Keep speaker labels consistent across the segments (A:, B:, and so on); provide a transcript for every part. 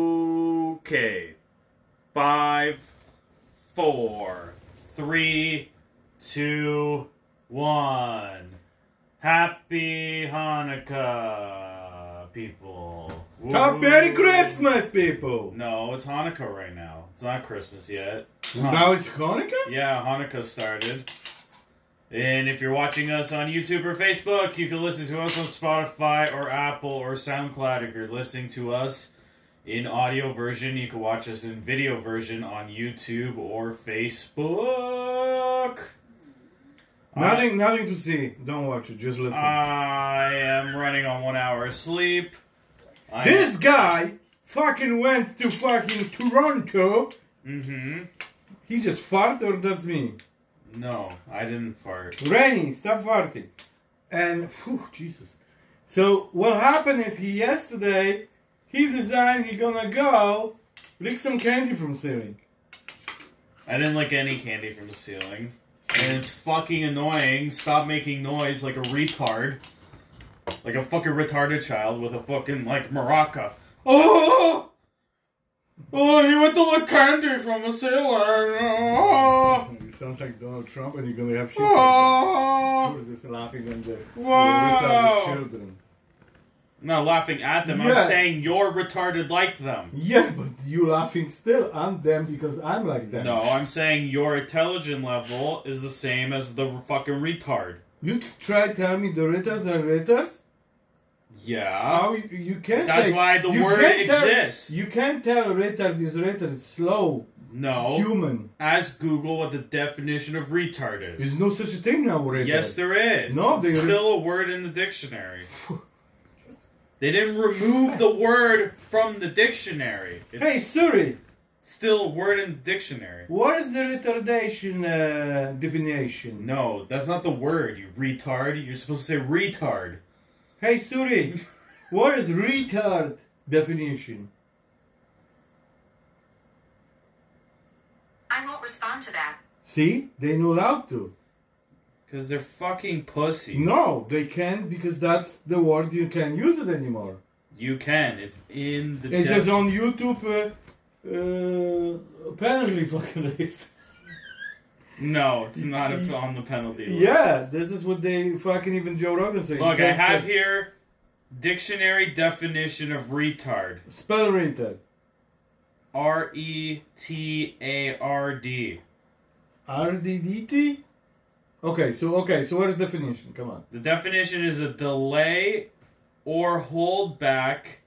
A: Okay. Five, four, three, two, one. Happy Hanukkah, people. Woo.
B: Happy Merry Christmas, people!
A: No, it's Hanukkah right now. It's not Christmas yet. It's
B: Now it's Hanukkah?
A: Yeah, Hanukkah started. And if you're watching us on YouTube or Facebook, you can listen to us on Spotify or Apple or SoundCloud. If you're listening to us in audio version, you can watch us in video version on YouTube or Facebook. Uh,
B: Nothing, nothing to see. Don't watch it. Just listen.
A: I am running on one hour of sleep. I
B: this guy fucking went to fucking Toronto.
A: hmm
B: He just farted, or that's me.
A: No, I didn't fart.
B: Rennie, stop farting. And whew, Jesus. So what happened is he yesterday he decided he gonna go lick some candy from ceiling.
A: I didn't lick any candy from the ceiling. And it's fucking annoying. Stop making noise like a retard. Like a fucking retarded child with a fucking, like, maraca. Oh! Oh, he went to lick candy from the ceiling. Oh!
B: It sounds like Donald Trump, and you're gonna have shit.
A: Oh!
B: We're just laughing on the
A: Wow.
B: retarded children.
A: I'm not laughing at them.
B: Yeah.
A: I'm saying you're retarded like them.
B: Yeah, but you laughing still on them because I'm like them.
A: No, I'm saying your intelligent level is the same as the fucking retard.
B: You try tell me the retards are retards?
A: Yeah.
B: How you, you can't
A: Uh, That's
B: Oh, say-
A: why the
B: you
A: word
B: can't tell-
A: exists.
B: you can't tell a retard is retard. It's slow,
A: No.
B: human.
A: Ask Google what the definition of retard
B: There's
A: is.
B: no such a thing now. Retard.
A: Yes, there is.
B: No, they-
A: it's still a word in the dictionary. They didn't remove the word from the dictionary. It's
B: Hey Siri,
A: still a word in the dictionary.
B: what is the retardation uh, definition?
A: No, that's not the word. You retard. You're supposed to say retard.
B: Hey Siri, what is retard definition?
C: I won't respond to that.
B: See, they know how to.
A: Because they're fucking pussies.
B: No, they can't because that's the word you can't use it anymore.
A: You can. It's in the
B: It
A: def-
B: says on YouTube uh, uh, penalty fucking list.
A: No, it's not a- on the penalty list.
B: Yeah, this is what they fucking even Joe Rogan said.
A: Look,
B: You
A: I
B: can't
A: have
B: say-
A: here dictionary definition of retard.
B: spell retard.
A: R E T A R D.
B: RDDT? Okay, so okay, so what is definition? Come on.
A: The definition is a delay or hold back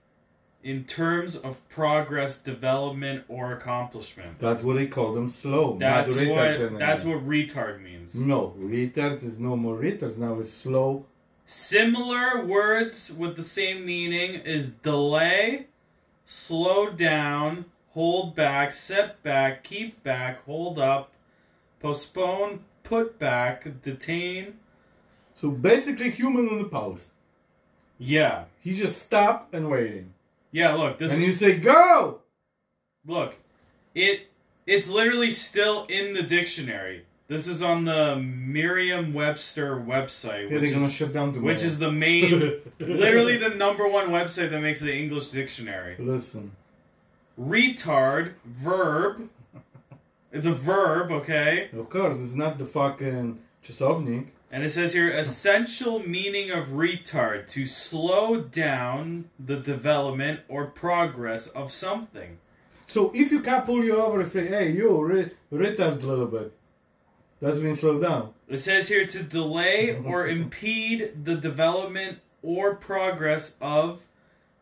A: in terms of progress, development, or accomplishment.
B: That's what they call them slow. not
A: That's
B: retards
A: what
B: anymore.
A: that's what retard means.
B: No, retards is no more retards. Now it's slow.
A: Similar words with the same meaning is delay, slow down, hold back, set back, keep back, hold up, postpone, put back, detain.
B: So basically human on the pause.
A: Yeah.
B: He just stopped and waiting.
A: Yeah, look, this
B: and
A: is
B: you say go!
A: Look, it it's literally still in the dictionary. This is on the Merriam-Webster website,
B: Yeah,
A: which
B: they're gonna
A: is
B: shut down tomorrow.
A: which is the main, literally the number one website that makes the English dictionary.
B: Listen.
A: Retard verb. It's a verb, okay?
B: Of course, it's not the fucking Chesovnik.
A: And it says here essential meaning of retard to slow down the development or progress of something.
B: So if you can pull you over and say, hey, you re- retard a little bit, that's mean slow down.
A: It says here to delay or impede the development or progress of,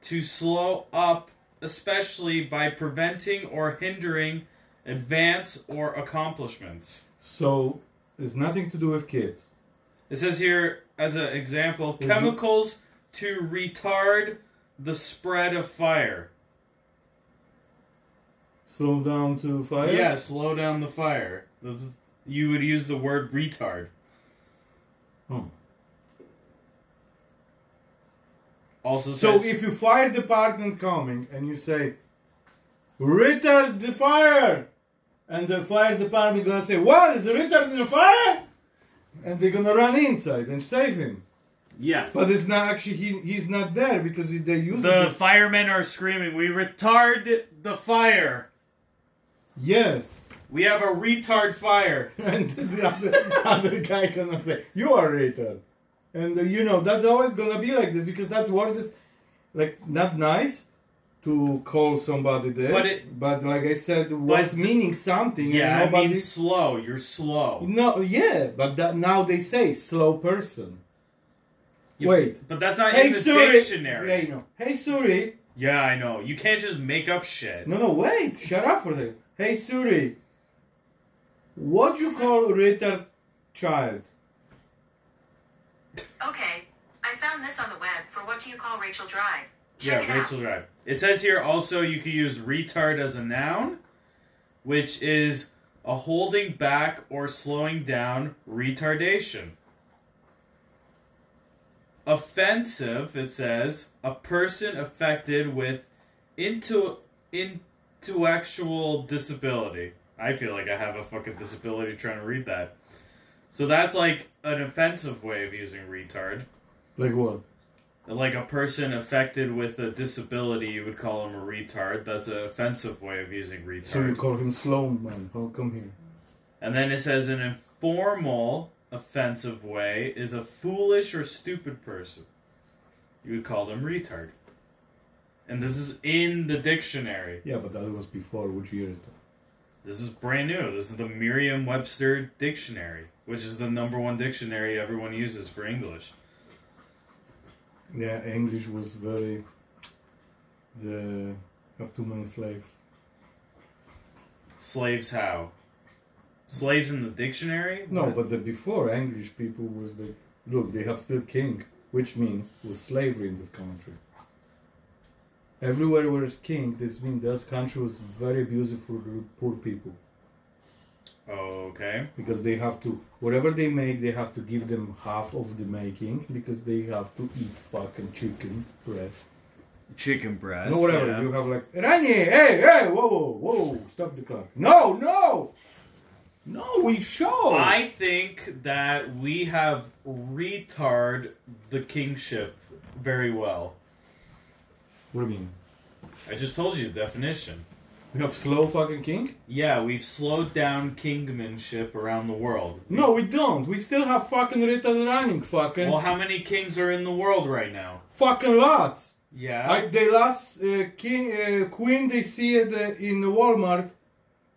A: to slow up, especially by preventing or hindering advance or accomplishments.
B: So it's nothing to do with kids.
A: It says here, as an example,
B: Is it-
A: chemicals to retard the spread of fire.
B: Slow down to fire.
A: Yeah, slow down the fire. This is, you would use the word retard.
B: Hmm.
A: Also,
B: So
A: says,
B: if you fire department coming and you say, retard the fire, and the fire department gonna say, what is retard the fire? And they're gonna run inside and save him.
A: Yes.
B: But it's not actually he, he's not there because they use
A: the
B: it.
A: firemen are screaming, "We retard the fire.
B: Yes.
A: We have a retard fire."
B: And the other, other guy gonna say, "You are retard," and uh, you know that's always gonna be like this because that's what it is. Like not nice to call somebody this,
A: But it-
B: but like I said, was meaning something.
A: Yeah,
B: and
A: it
B: nobody,
A: means slow. You're slow.
B: no, yeah, but that now they say slow person.
A: You-
B: Wait.
A: But that's not
B: Hey
A: in the
B: Suri.
A: dictionary.
B: Yeah, you know. Hey Suri.
A: Yeah, I know. You can't just make up shit.
B: No, no, wait. Shut up for that. Hey Suri. What you call retard child?
C: Okay, I found this on the web for what do you call Rachel Drive? Check
A: Yeah,
C: it
A: Rachel
C: out.
A: Drive. It says here also you can use retard as a noun, which is a holding back or slowing down retardation. Offensive, it says, a person affected with into intellectual disability. I feel like I have a fucking disability trying to read that. So that's like an offensive way of using retard
B: Like what?
A: like a person affected with a disability, you would call him a retard. That's an offensive way of using retard.
B: So you call him slow man. How Oh, come here?
A: and then it says an informal offensive way is a foolish or stupid person. You would call them retard. And this is in the dictionary.
B: Yeah, but that was before. Which year is that?
A: This is brand new. This is the Merriam Webster Dictionary, which is the number one dictionary everyone uses for English.
B: Yeah, English was very. The have too many slaves.
A: Slaves how? Slaves in the dictionary?
B: No, but the before English people was like, look, they have still king, which means was slavery in this country. Everywhere where is king, this means this country was very abusive for the poor people
A: Okay.
B: because they have to whatever they make, they have to give them half of the making because they have to eat fucking chicken breast.
A: Chicken breast.
B: No, whatever.
A: yeah.
B: You have like Rani, hey, hey, whoa, whoa, whoa, stop the clock. No, no, no, we show.
A: I think that we have retard the kingship very well.
B: What do you mean?
A: I just told you the definition.
B: We have slow fucking king?
A: Yeah, we've slowed down kingmanship around the world.
B: No, we don't. We still have fucking Rita running fucking
A: Well, how many kings are in the world right now?
B: fucking lots.
A: Yeah.
B: Like the last uh, king, uh, queen they see it uh, in Walmart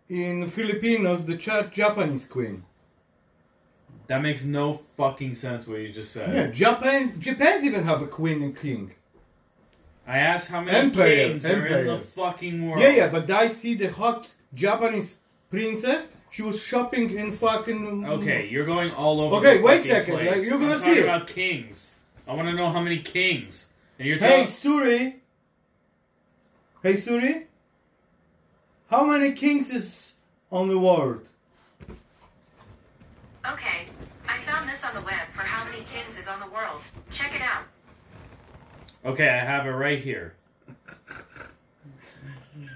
B: in Filipinos, the cha- Japanese queen.
A: that makes no fucking sense what you just said.
B: Yeah, Japan, Japan's even have a queen and king.
A: I asked how many
B: Empire,
A: kings are in
B: empire.
A: the fucking world.
B: Yeah, yeah, but I see the hot Japanese princess. She was shopping in fucking.
A: Okay, you're going all over.
B: Okay,
A: the
B: wait a
A: fucking
B: second,
A: place.
B: like, you're gonna
A: I'm talking
B: see it.
A: about kings. I want to know how many kings. And you're
B: Hey,
A: telling
B: Suri. Hey, Suri. How many kings is on the world?
C: Okay, I found this on the web for how many kings is on the world. Check it out.
A: Okay, I have it right here.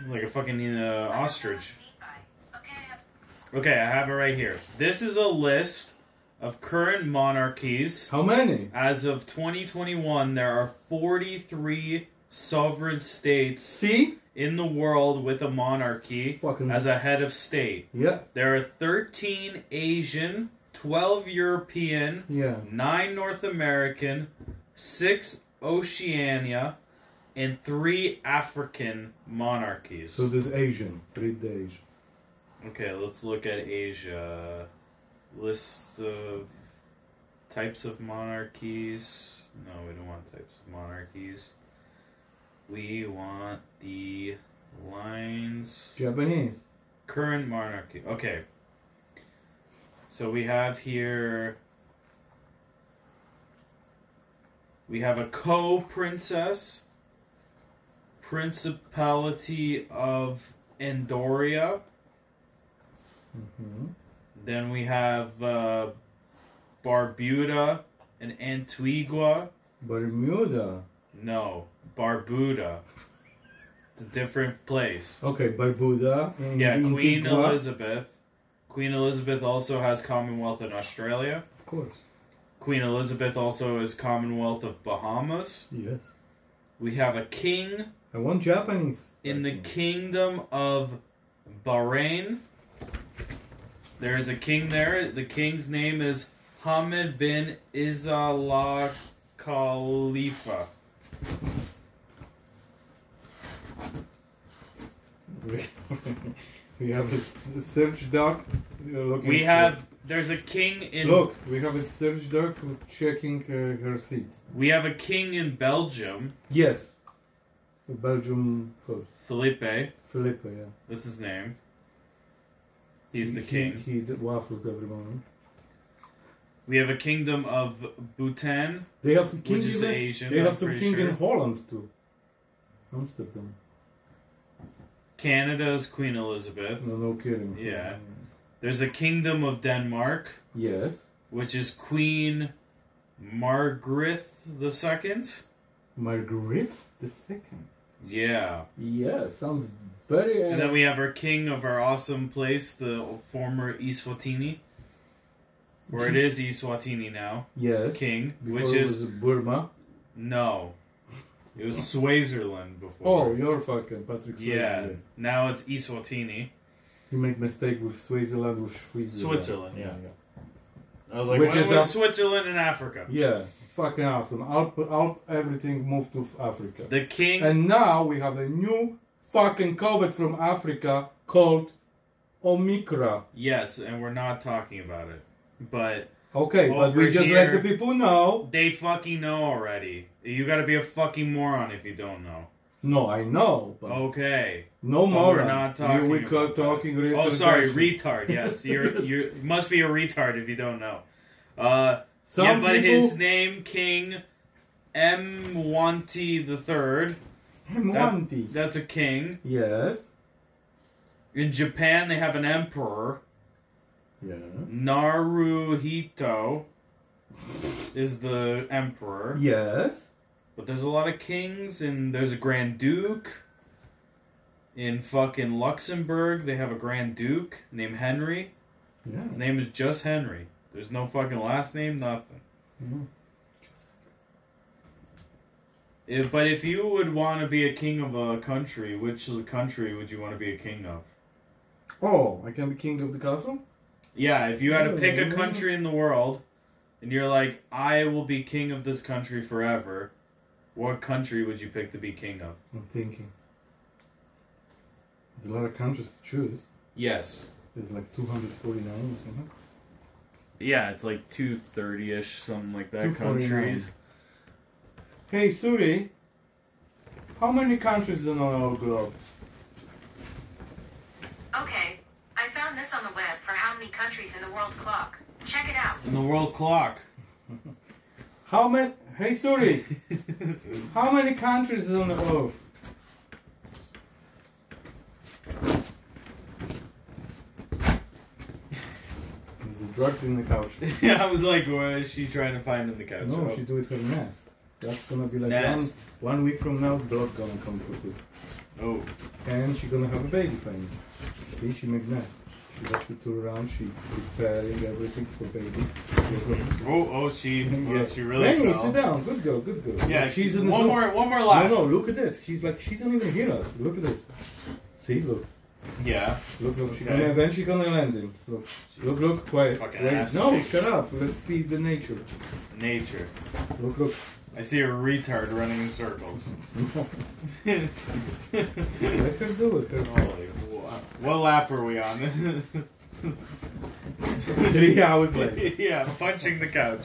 A: Like a fucking uh, ostrich.
C: Okay, I have-
A: Okay, I have it right here. This is a list of current monarchies.
B: How many?
A: As of 2021, there are 43 sovereign states
B: See?
A: in the world with a monarchy
B: Fucking-
A: as a head of state.
B: Yeah,
A: There are 13 Asian, 12 European,
B: yeah.
A: nine North American, six Oceania, and three African monarchies.
B: So this Asian. Read the Asian.
A: okay, let's look at Asia. Lists of types of monarchies. No, we don't want types of monarchies. We want the lines.
B: Japanese.
A: Current monarchy. Okay. So we have here. We have a co princess, Principality of Andoria.
B: Mhm.
A: Then we have uh, Barbuda and Antigua.
B: Bermuda.
A: No, Barbuda. It's a different place.
B: Okay, Barbuda. and
A: Yeah, Queen
B: Antigua.
A: Elizabeth. Queen Elizabeth also has Commonwealth in Australia.
B: Of course.
A: Queen Elizabeth also is Commonwealth of Bahamas.
B: Yes.
A: We have a king
B: I want Japanese.
A: in the kingdom of Bahrain. There is a king there. The king's name is Hamid bin Izzallah Khalifa.
B: we have a s- a search doc. uh, looking
A: We
B: for-
A: have there's a king in
B: Look, we have a search doc checking uh, her seat.
A: we have a king in Belgium,
B: Yes. Belgium first.
A: Felipe.
B: Filippo, yeah.
A: That's his name. He's the
B: He-
A: king.
B: He, d waffles every morning.
A: We have a kingdom of Bhutan.
B: They have a king.
A: Which is
B: even-
A: Asian,
B: They
A: I'm
B: have some
A: pretty
B: king
A: sure.
B: in Holland too. Amsterdam.
A: Canada is Queen Elizabeth.
B: No, no kidding.
A: Yeah. There's a kingdom of Denmark,
B: Yes.
A: which is Queen Margaret the Second.
B: Margaret the second.
A: Yeah.
B: Yeah, sounds very.
A: And then we have our king of our awesome place, the former Iswatini. Or it is Iswatini now.
B: yes.
A: King,
B: Before
A: which
B: it
A: is
B: was Burma.
A: no. It was Swaziland before.
B: Oh, you're fucking Patrick.
A: yeah.
B: Swayze.
A: Now it's Iswatini.
B: You make mistake with Switzerland with Switzerland.
A: Switzerland, I
B: Yeah.
A: was like,
B: Which
A: why
B: is
A: was
B: a-
A: Switzerland in Africa?
B: Yeah. Fucking awesome. Alp, Alp, everything moved to Africa.
A: The king
B: And now we have a new fucking COVID from Africa called Omicra.
A: Yes, and we're not talking about it. But
B: Okay, but
A: Over
B: we just let the
A: Oh, here.
B: people know.
A: they fucking know already. You gotta be a fucking moron if you don't know.
B: No, I know, but
A: Okay.
B: no
A: Oh, but
B: more.
A: we're not talking.
B: We, we
A: about
B: co-
A: it.
B: talking.
A: Oh, sorry,
B: retardation.
A: retard. Yes, you're you must be a retard if you don't know. Uh,
B: Some
A: yeah, but
B: people.
A: his name King M. Wanti the Third.
B: Mwanti.
A: That's a king.
B: Yes.
A: In Japan, they have an emperor.
B: Yes.
A: Naruhito is the emperor.
B: Yes.
A: But there's a lot of kings, and there's a Grand Duke. In fucking Luxembourg, they have a Grand Duke named Henry. His
B: Yes.
A: name is just Henry. There's no fucking last name, nothing.
B: Mhm.
A: If, but if you would want to be a king of a country, which country would you want to be a king of?
B: Oh, I can be king of the castle.
A: Yeah, if you had to pick a country in the world, and you're like, I will be king of this country forever, what country would you pick to be king of?
B: I'm thinking. There's a lot of countries to choose.
A: Yes.
B: There's like 249 or something.
A: Yeah, it's like 230 ish, something like that.
B: 249.
A: Countries.
B: Hey Suri, how many countries in our globe?
C: Okay, I found this on the web for how many countries in the world clock. Check it out.
A: In the world clock.
B: How many? Hey Suri, how many countries on the earth? There's the drugs in the couch.
A: yeah, I was like, what is she trying to find in the couch?
B: no,
A: Oh.
B: she do it her nest. That's gonna be like
A: Nest.
B: one one week from now. Blood gonna come through this,
A: Oh.
B: and she gonna have a baby finally. See, she make nest. She got to tour around. She preparing everything for babies.
A: Oh, oh, she, oh, she really
B: Lenny,
A: fell.
B: sit down. Good girl. Good girl.
A: Yeah,
B: Look, she's in the
A: one
B: zone.
A: more, one more
B: No,
A: lap.
B: no. Look at this. She's like she don't even hear us. Look at this. See, look,
A: Yeah.
B: look, look. She
A: Okay.
B: gonna eventually gonna landing. Look, look, look. Quiet.
A: Fucking
B: Wait,
A: ass
B: No,
A: stinks.
B: shut up. Let's see the nature.
A: Nature.
B: Look, look.
A: I see a retard running in circles. Holy,
B: Let her do it. Her.
A: wow. What lap are we on?
B: Three hours later.
A: yeah, punching the couch.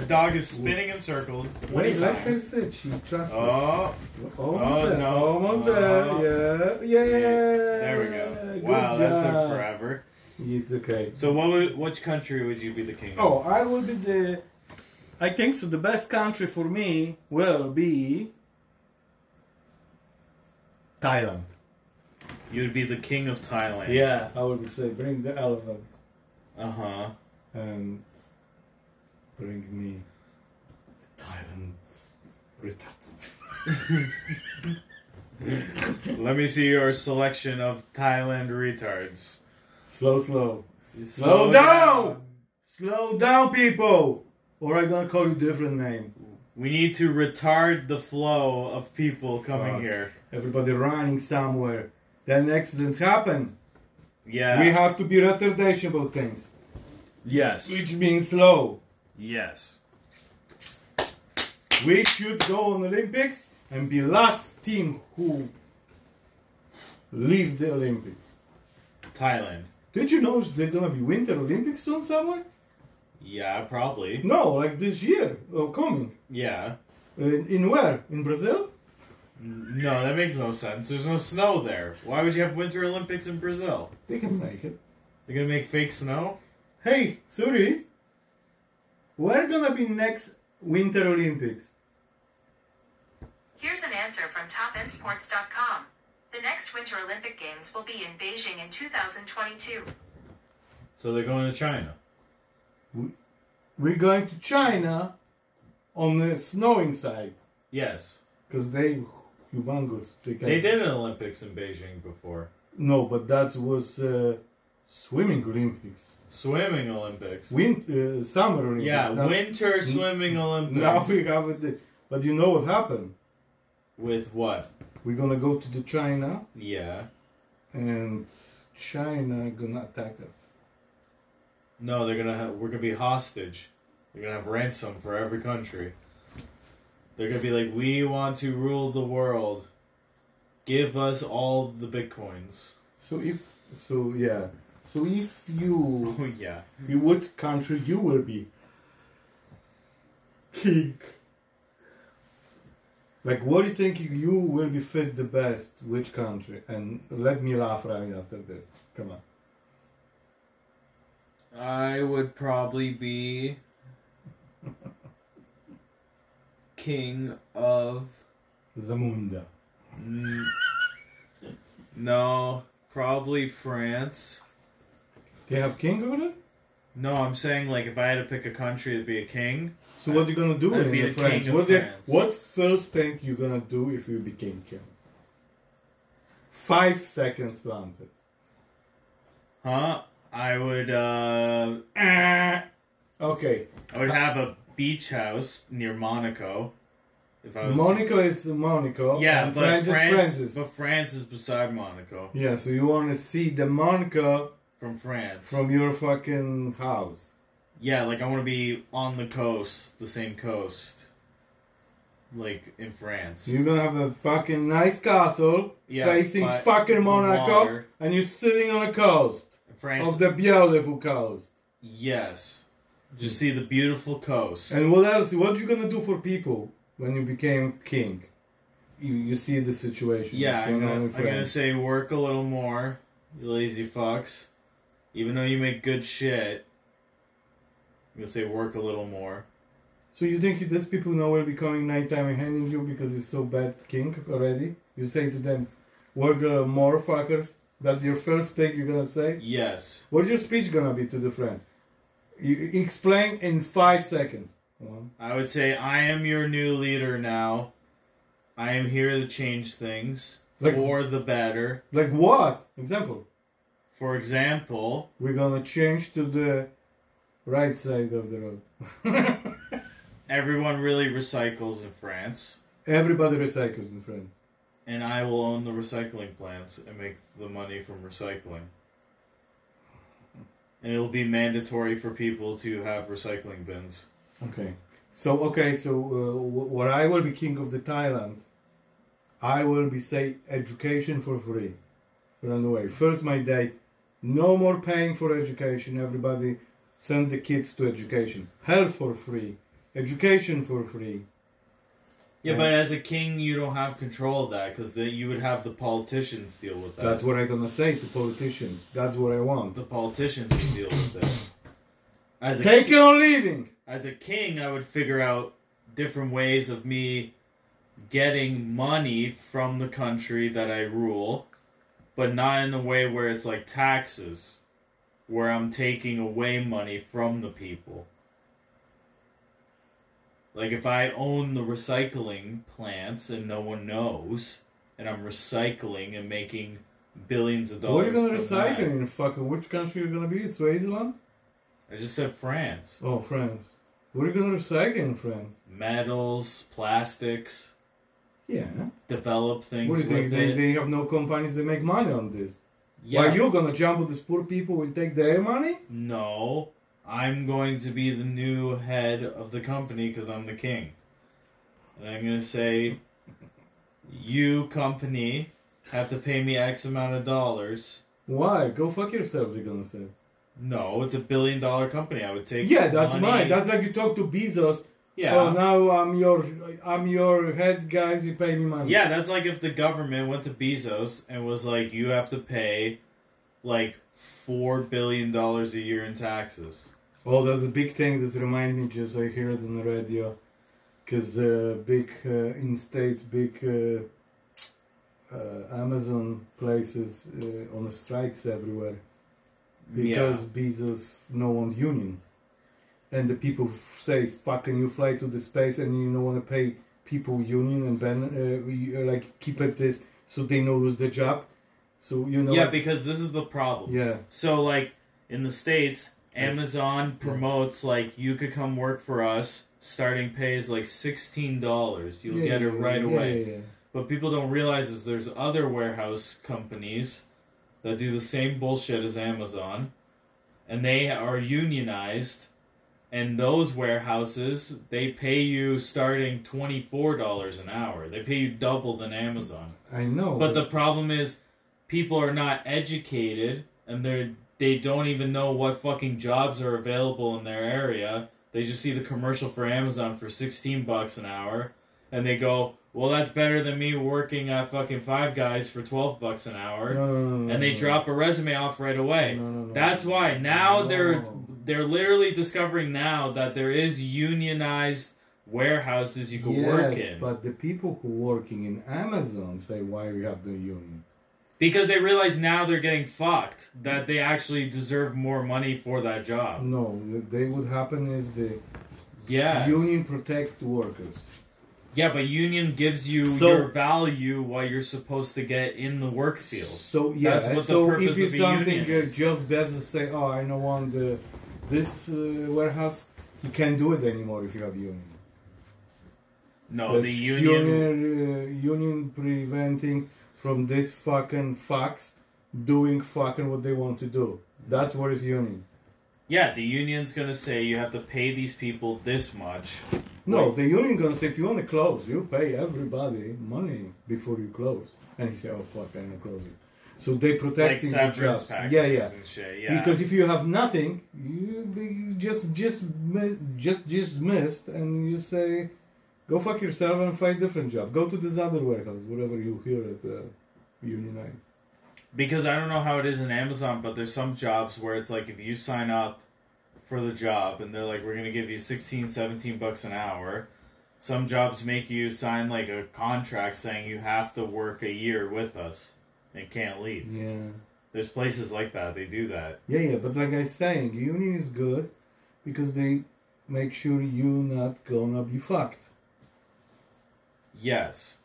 A: The dog is spinning in circles. 20
B: Wait, let her
A: times.
B: sit. She trusts us.
A: Oh,
B: Almost
A: oh,
B: there.
A: no. Oh.
B: Almost there. Yeah. Yeah.
A: there we go.
B: Good
A: wow,
B: job.
A: that took forever.
B: It's okay.
A: So, what would, which country would you be the king of?
B: Oh, I will be the. I think so. The best country for me will be Thailand.
A: You would be the king of Thailand.
B: Yeah, I would say bring the elephant
A: Uh huh.
B: and bring me Thailand's retard.
A: Let me see your selection of Thailand retards.
B: slow, slow,
A: Slow
B: slow down,
A: down.
B: slow down, people. or I'm gonna call you different name.
A: We need to retard the flow of people coming
B: Fuck.
A: here.
B: Everybody running somewhere. Then accidents happen.
A: Yeah.
B: We have to be retardation about things,
A: yes.
B: which means slow.
A: yes.
B: We should go on Olympics and be last team who leave the Olympics.
A: Thailand.
B: Did you know they're gonna be Winter Olympics soon somewhere?
A: Yeah, probably.
B: No, like this year or coming.
A: Yeah.
B: In, in where? In Brazil?
A: N- No, that makes no sense. There's no snow there. Why would you have Winter Olympics in Brazil?
B: They can make it.
A: They're gonna make fake snow?
B: Hey, sorry. Where gonna be next Winter Olympics?
C: Here's an answer from topinsports.com. The next Winter Olympic Games will be in Beijing in 2022.
A: So they're going to China.
B: We're going to China on the snowing side
A: Yes.
B: because they humongous. They, can,
A: They did an Olympics in Beijing before.
B: No, but that was uh, swimming Olympics,
A: Swimming Olympics.
B: winter, uh, summer Olympics.
A: yeah,
B: Now-
A: Winter Swimming
B: Now
A: Olympics.
B: we have it. there. But you know what happened?
A: With what?
B: We're gonna go to the China
A: Yeah.
B: and China gonna attack us.
A: No, they're gonna have, we're gonna be hostage. They're gonna have ransom for every country. They're gonna be like, we want to rule the world. Give us all the bitcoins.
B: So if so, yeah. So if you
A: Oh yeah.
B: you would country, you will be king. Like, what do you think you will be fit the best? Which country? And let me laugh right after this. Come on.
A: I would probably be king of
B: Zamunda.
A: no, probably France.
B: They have king over there?
A: No, I'm saying like if I had to pick a country to be a king,
B: So what you gonna do
A: I'd
B: in
A: be
B: the
A: the king
B: French?
A: of
B: What, the-
A: France.
B: what first thing you gonna do if you became king? Five seconds to answer.
A: huh? I would uh
B: Ah. Okay.
A: I would have a beach house near Monaco. If I was
B: Monaco is Monaco.
A: Yeah,
B: and
A: but
B: France,
A: France,
B: is Francis.
A: but France is beside Monaco
B: Yeah, so you wanna see the Monaco
A: from France.
B: from your fucking house.
A: Yeah, like I want to be on the coast, the same coast, like in France.
B: So you're gonna have a fucking nice castle
A: Yeah,
B: facing
A: but
B: fucking Monaco,
A: water.
B: and you're sitting on a coast
A: France,
B: of the beautiful coast.
A: yes. Just see the beautiful coast.
B: And what else? What you gonna do for people when you became king? You, you see the situation.
A: yeah,
B: that's
A: I'm
B: going
A: gonna,
B: on in
A: I'm gonna
B: France.
A: say work a little more, you lazy fucks. Even though you make good shit, I'm gonna say work a little more.
B: So you think these people now will be coming nighttime and hanging you because you're so bad king already? You say to them, "Work uh, more, fuckers." That's your first thing you're gonna say.
A: Yes.
B: What's your speech gonna be to the friend? You you explain in five seconds. One.
A: I would say I am your new leader now. I am here to change things
B: Like-
A: for the better.
B: Like what? Example.
A: For example,
B: We're gonna change to the right side of the road.
A: everyone really recycles in France,
B: Everybody recycles in France.
A: and I will own the recycling plants and make the money from recycling. And it'll be mandatory for people to have recycling bins.
B: Okay. So okay. So uh, wh- what I will be king of the Thailand. I will be say education for free. Run away. First my day. No more paying for education. Everybody send the kids to education. Health for free. Education for free.
A: Yeah,
B: Yeah.
A: but as a king, you don't have control of that because then you would have the politicians deal with that.
B: That's what I'm gonna say to politicians. That's what I want.
A: the politicians would deal with it. As a
B: Take it or leaving.
A: as a king, I would figure out different ways of me getting money from the country that I rule, but not in a way where it's like taxes, where I'm taking away money from the people. Like if I own the recycling plants and no one knows, and I'm recycling and making billions of dollars.
B: What are you gonna
A: from that.
B: recycle in fucking which country you're gonna be? Swaziland?
A: I just said France.
B: Oh, France. What are you gonna recycle in France?
A: metals, plastics,
B: Yeah.
A: develop things
B: What do you
A: with
B: think? They,
A: it.
B: they have no companies that make money on this.
A: yeah.
B: Are you gonna jump with these poor people and take their money?
A: No, I'm going to be the new head of the company because I'm the king. And I'm going to say, you company have to pay me X amount of dollars.
B: Why? Go fuck yourself, they're gonna say.
A: No, it's a billion dollar company. I would take.
B: Yeah, that's
A: money.
B: mine. That's like you talk to Bezos.
A: yeah.
B: Oh, now I'm your I'm your head, guys. You pay me money.
A: Yeah, that's like if the government went to Bezos and was like, you have to pay like four billion dollars a year in taxes.
B: Oh, that's a big thing. This reminds me just I hear it on the radio, because uh, big uh, in states, big uh, uh, Amazon places uh, on strikes everywhere because Bezos no one union, and the people f- say, "Fucking you fly to the space and you don't want to pay people union and then uh, we, uh, like keep it this so they know lose the job." So you know.
A: yeah, because this is the problem.
B: yeah.
A: So like in the states,
B: Yes.
A: Amazon promotes like you could come work for us. Starting pay is like sixteen dollars. You'll
B: Yeah,
A: get it right
B: yeah,
A: away.
B: yeah, yeah.
A: But people don't realize is there's other warehouse companies that do the same bullshit as Amazon, and they are unionized. And those warehouses, they pay you starting twenty four dollars an hour. They pay you double than Amazon.
B: I know.
A: But the problem is, people are not educated, and they're they don't even know what fucking jobs are available in their area. They just see the commercial for Amazon for sixteen bucks an hour, and they go, "Well, that's better than me working at fucking Five Guys for twelve bucks an hour."
B: No, no, no, no,
A: And they
B: no.
A: drop a resume off right away.
B: No, no, no.
A: That's why now they're
B: No.
A: they're literally discovering now that there is unionized warehouses you can work in.
B: but the people who working in Amazon say why we have the union.
A: Because they realize now they're getting fucked. That they actually deserve more money for that job.
B: No, they what happen is the
A: Yeah.
B: union protect workers.
A: Yeah, but union gives you
B: So-
A: your value what you're supposed to get in the work field.
B: So yeah,
A: That's what the
B: so
A: purpose
B: if
A: of
B: it's
A: a
B: something
A: union
B: uh,
A: is.
B: Jeff Bezos say, oh, I don't want the, this uh, warehouse, you can't do it anymore if you have union.
A: No, Oh, the
B: That's
A: union.
B: union, uh, union preventing from this fucking fucks doing fucking what they want to do. That's what is union.
A: Yeah, the union's gonna say you have to pay these people this much.
B: No, the union gonna say if you wanna close, you pay everybody money before you close. And he say, oh fuck, I'm gonna close it. So they
A: Like
B: protecting the
A: severance
B: jobs.
A: packages
B: Yeah, yeah.
A: and shit. Yeah.
B: Because if you have nothing, you be just just mi- just just missed, and you say, go fuck yourself and find different job. Go to this other warehouse, whatever you hear at the unionized.
A: because I don't know how it is in Amazon, but there's some jobs where it's like if you sign up for the job and they're like, we're going to give you 16, 17 bucks an hour. Some jobs make you sign like a contract saying you have to work a year with us and can't leave.
B: Yeah.
A: There's places like that, they do that.
B: Yeah, yeah, but like I was saying, union is good because they make sure you not gonna be fucked.
A: Yes.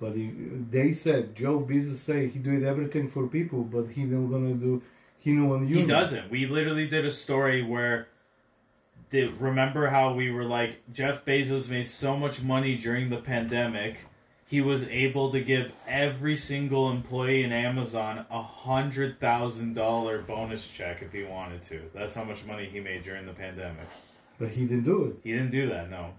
B: But he, they said Joe Bezos say he did everything for people, but he not gonna do. He no one.
A: He doesn't. We literally did a story where. The, remember how we were like Jeff Bezos made so much money during the pandemic, he was able to give every single employee in Amazon a hundred thousand dollar bonus check if he wanted to. That's how much money he made during the pandemic.
B: But he didn't do it.
A: He didn't do that, no.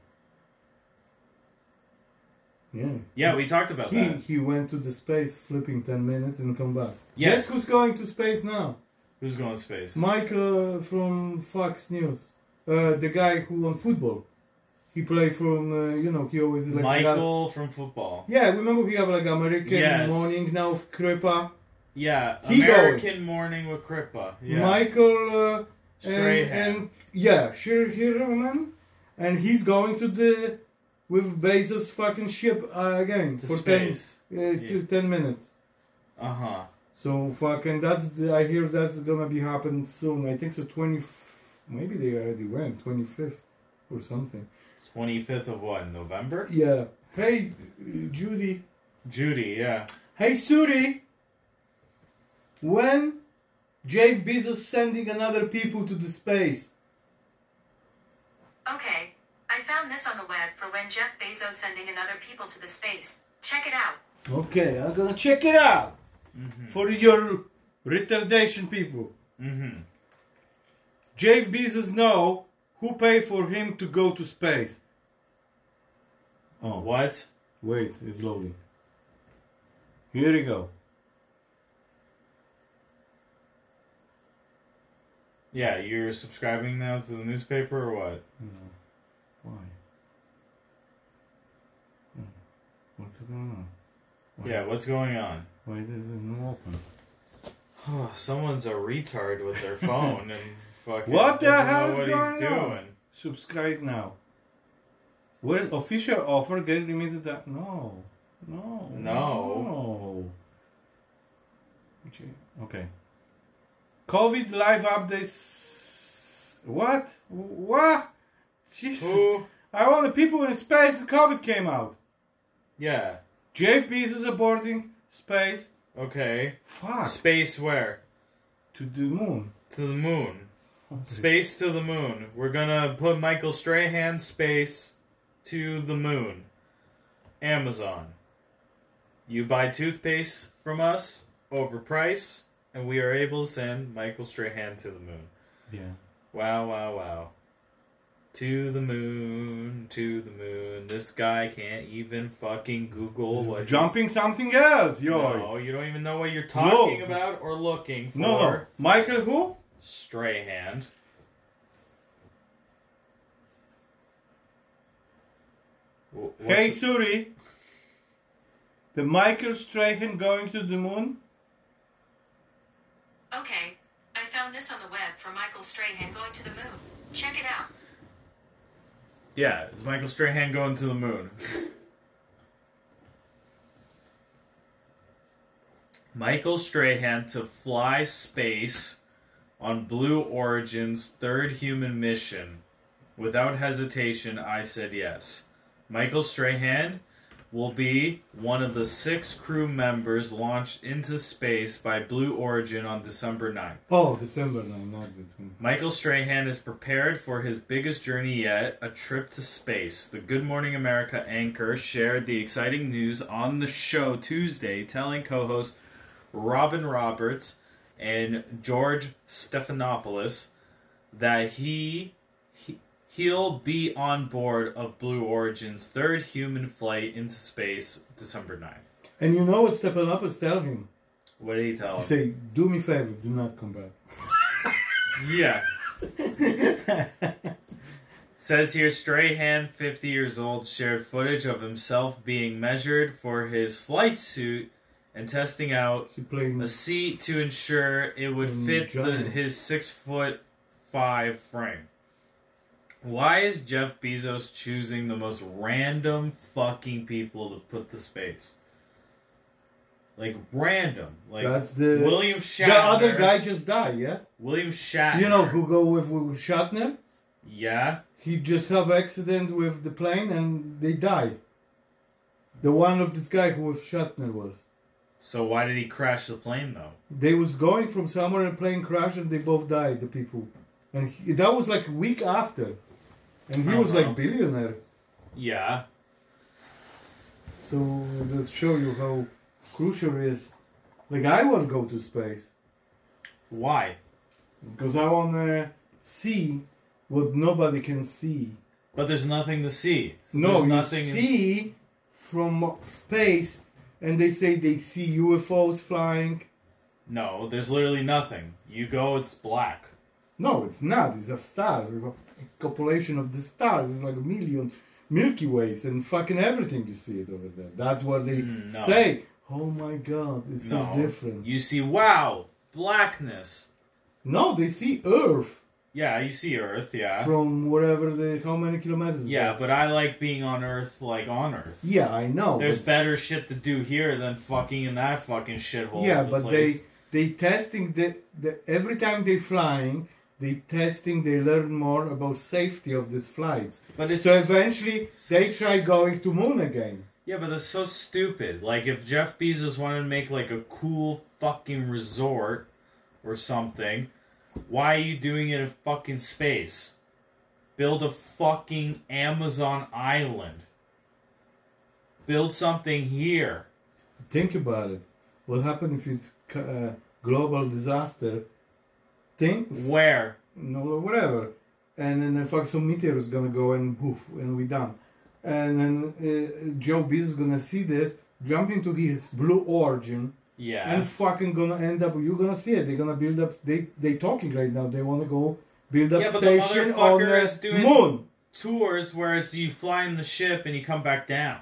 B: Yeah.
A: Yeah, we talked about
B: He
A: that.
B: he went to the space, flipping ten minutes and come back.
A: Yes.
B: Guess who's going to space now?
A: Who's going to space?
B: Michael from Fox News, uh, the guy who on football. He play from uh, you know he always like
A: Michael from football.
B: Yeah, remember we have like American
A: Yes.
B: morning now of Crepa.
A: Yeah,
B: He going.
A: American Morning with Crippa. Yeah,
B: Michael uh, and,
A: Strahan.
B: and yeah, Sher Hirman, and he's going to the with Bezos fucking ship uh, again
A: To
B: for
A: space.
B: ten uh, to ten minutes.
A: Uh huh.
B: So fucking that's the, I hear that's gonna be happen soon. I think so. Twenty, maybe they already went twenty fifth or something.
A: Twenty fifth of what? November.
B: Yeah. Hey, uh, Judy.
A: Judy. Yeah.
B: Hey, Suri. When Jeff Bezos sending another people to the space?
C: Okay, I found this on the web for when Jeff Bezos sending another people to the space. Check it out.
B: Okay, I'm gonna check it out for your retardation people.
A: Mm-hmm.
B: Jeff Bezos know who paid for him to go to space. Oh,
A: What?
B: wait, it's loading. Here we go.
A: Yeah, you're subscribing now to the newspaper or what?
B: Mm-hmm. Why? Hmm. What's going on? Why,
A: Yeah, what's going on?
B: Why does it not open?
A: Someone's a retard with their phone and fucking.
B: What the
A: doesn't
B: hell
A: know
B: is
A: what
B: going
A: he's
B: on?
A: doing.
B: Subscribe now. Where's official offer? Get limited. That no, no,
A: No.
B: no. Okay. COVID live updates. What? What? Jesus!
A: Who?
B: I want the people in space. The COVID came out.
A: Yeah.
B: Jeff Bezos aborting space.
A: Okay.
B: Fuck.
A: Space where?
B: to the moon.
A: To the moon. Space to the moon. We're gonna put Michael Strahan space to the moon. Amazon. You buy toothpaste from us over price, and we are able to send Michael Strahan to the moon.
B: Yeah.
A: Wow, wow, wow. To the moon, to the moon. This guy can't even fucking Google what he's-
B: Jumping something else, yo.
A: No, you don't even know what you're talking
B: No.
A: about or looking for.
B: No. no. Michael, who?
A: Strahan. Wh- what's
B: hey
A: it-
B: Suri, the Michael Strahan going to the moon?
C: Okay, I found this on the web for Michael Strahan going to the moon. Check it out.
A: Yeah, is Michael Strahan going to the moon? Michael Strahan to fly space on Blue Origin's third human mission. Without hesitation, I said yes. Michael Strahan will be one of the six crew members launched into space by Blue Origin on December 9th.
B: Oh, December 9, not the moon.
A: Michael Strahan is prepared for his biggest journey yet, a trip to space. The Good Morning America anchor shared the exciting news on the show Tuesday, telling co host Robin Roberts and George Stephanopoulos that he, he he'll be on board of Blue Origin's third human flight into space December 9th.
B: And you know what Stephanopoulos tell him?
A: What did he tell
B: He
A: him?
B: say, do me favor, do not come back.
A: Yeah. Says here, Strahan, 50 years old, shared footage of himself being measured for his flight suit and testing out
B: She playing
A: a seat to ensure it would
B: Mm,
A: fit the,
B: giant.
A: his six foot five frame. Why is Jeff Bezos choosing the most random fucking people to put the space? Like random, like
B: That's the-
A: William Shatner.
B: The other guy just died, yeah?
A: William Shatner.
B: You know who go with, with Shatner?
A: Yeah.
B: He just have accident with the plane and they die. The one of this guy who with Shatner was.
A: So why did he crash the plane though?
B: they was going from somewhere and plane crashed and they both died the people and he, that was like a week after and he
A: Oh,
B: was
A: wow.
B: like billionaire
A: Yeah.
B: so that show you how crucial it is like i want to go to space
A: Why?
B: because i want to see what nobody can see
A: But there's nothing to see.
B: no
A: there's
B: you
A: nothing in-
B: see from space and they say they see ufos flying
A: No, there's literally nothing. You go, it's black.
B: No, it's not. It's of stars. It's a population of the stars. It's like a million Milky Ways and fucking everything you see it over there. That's what they
A: Mm, no.
B: say. Oh my god, it's so
A: no.
B: different.
A: You see, wow, blackness.
B: No, they see Earth
A: Yeah, you see Earth. Yeah.
B: from wherever the how many kilometers?
A: yeah,
B: there.
A: but I like being on Earth, like on Earth.
B: yeah, I know.
A: There's
B: but-
A: better shit to do here than fucking in that fucking shithole.
B: yeah,
A: of a
B: but
A: place.
B: they they testing the, the every time they flying, they testing. They learn more about safety of these flights.
A: But it's
B: So eventually, they try going to moon again.
A: Yeah, but that's so stupid. Like, if Jeff Bezos wanted to make like a cool fucking resort or something, why are you doing it in fucking space? Build a fucking Amazon island. Build something here.
B: Think about it. What happened if it's c- uh, global disaster? Think
A: Where?
B: no, whatever, and then the fuck some meteor is gonna go and poof, and we done. And then uh, Joe Biz is gonna see this, jump into his blue origin,
A: Yeah.
B: and fucking gonna end up. You're gonna see it. They're gonna build up. They they talking right now. They wanna go build up
A: Yeah, but the
B: station on
A: motherfucker is
B: the
A: doing-
B: moon.
A: Tours where it's you fly in the ship and you come back down.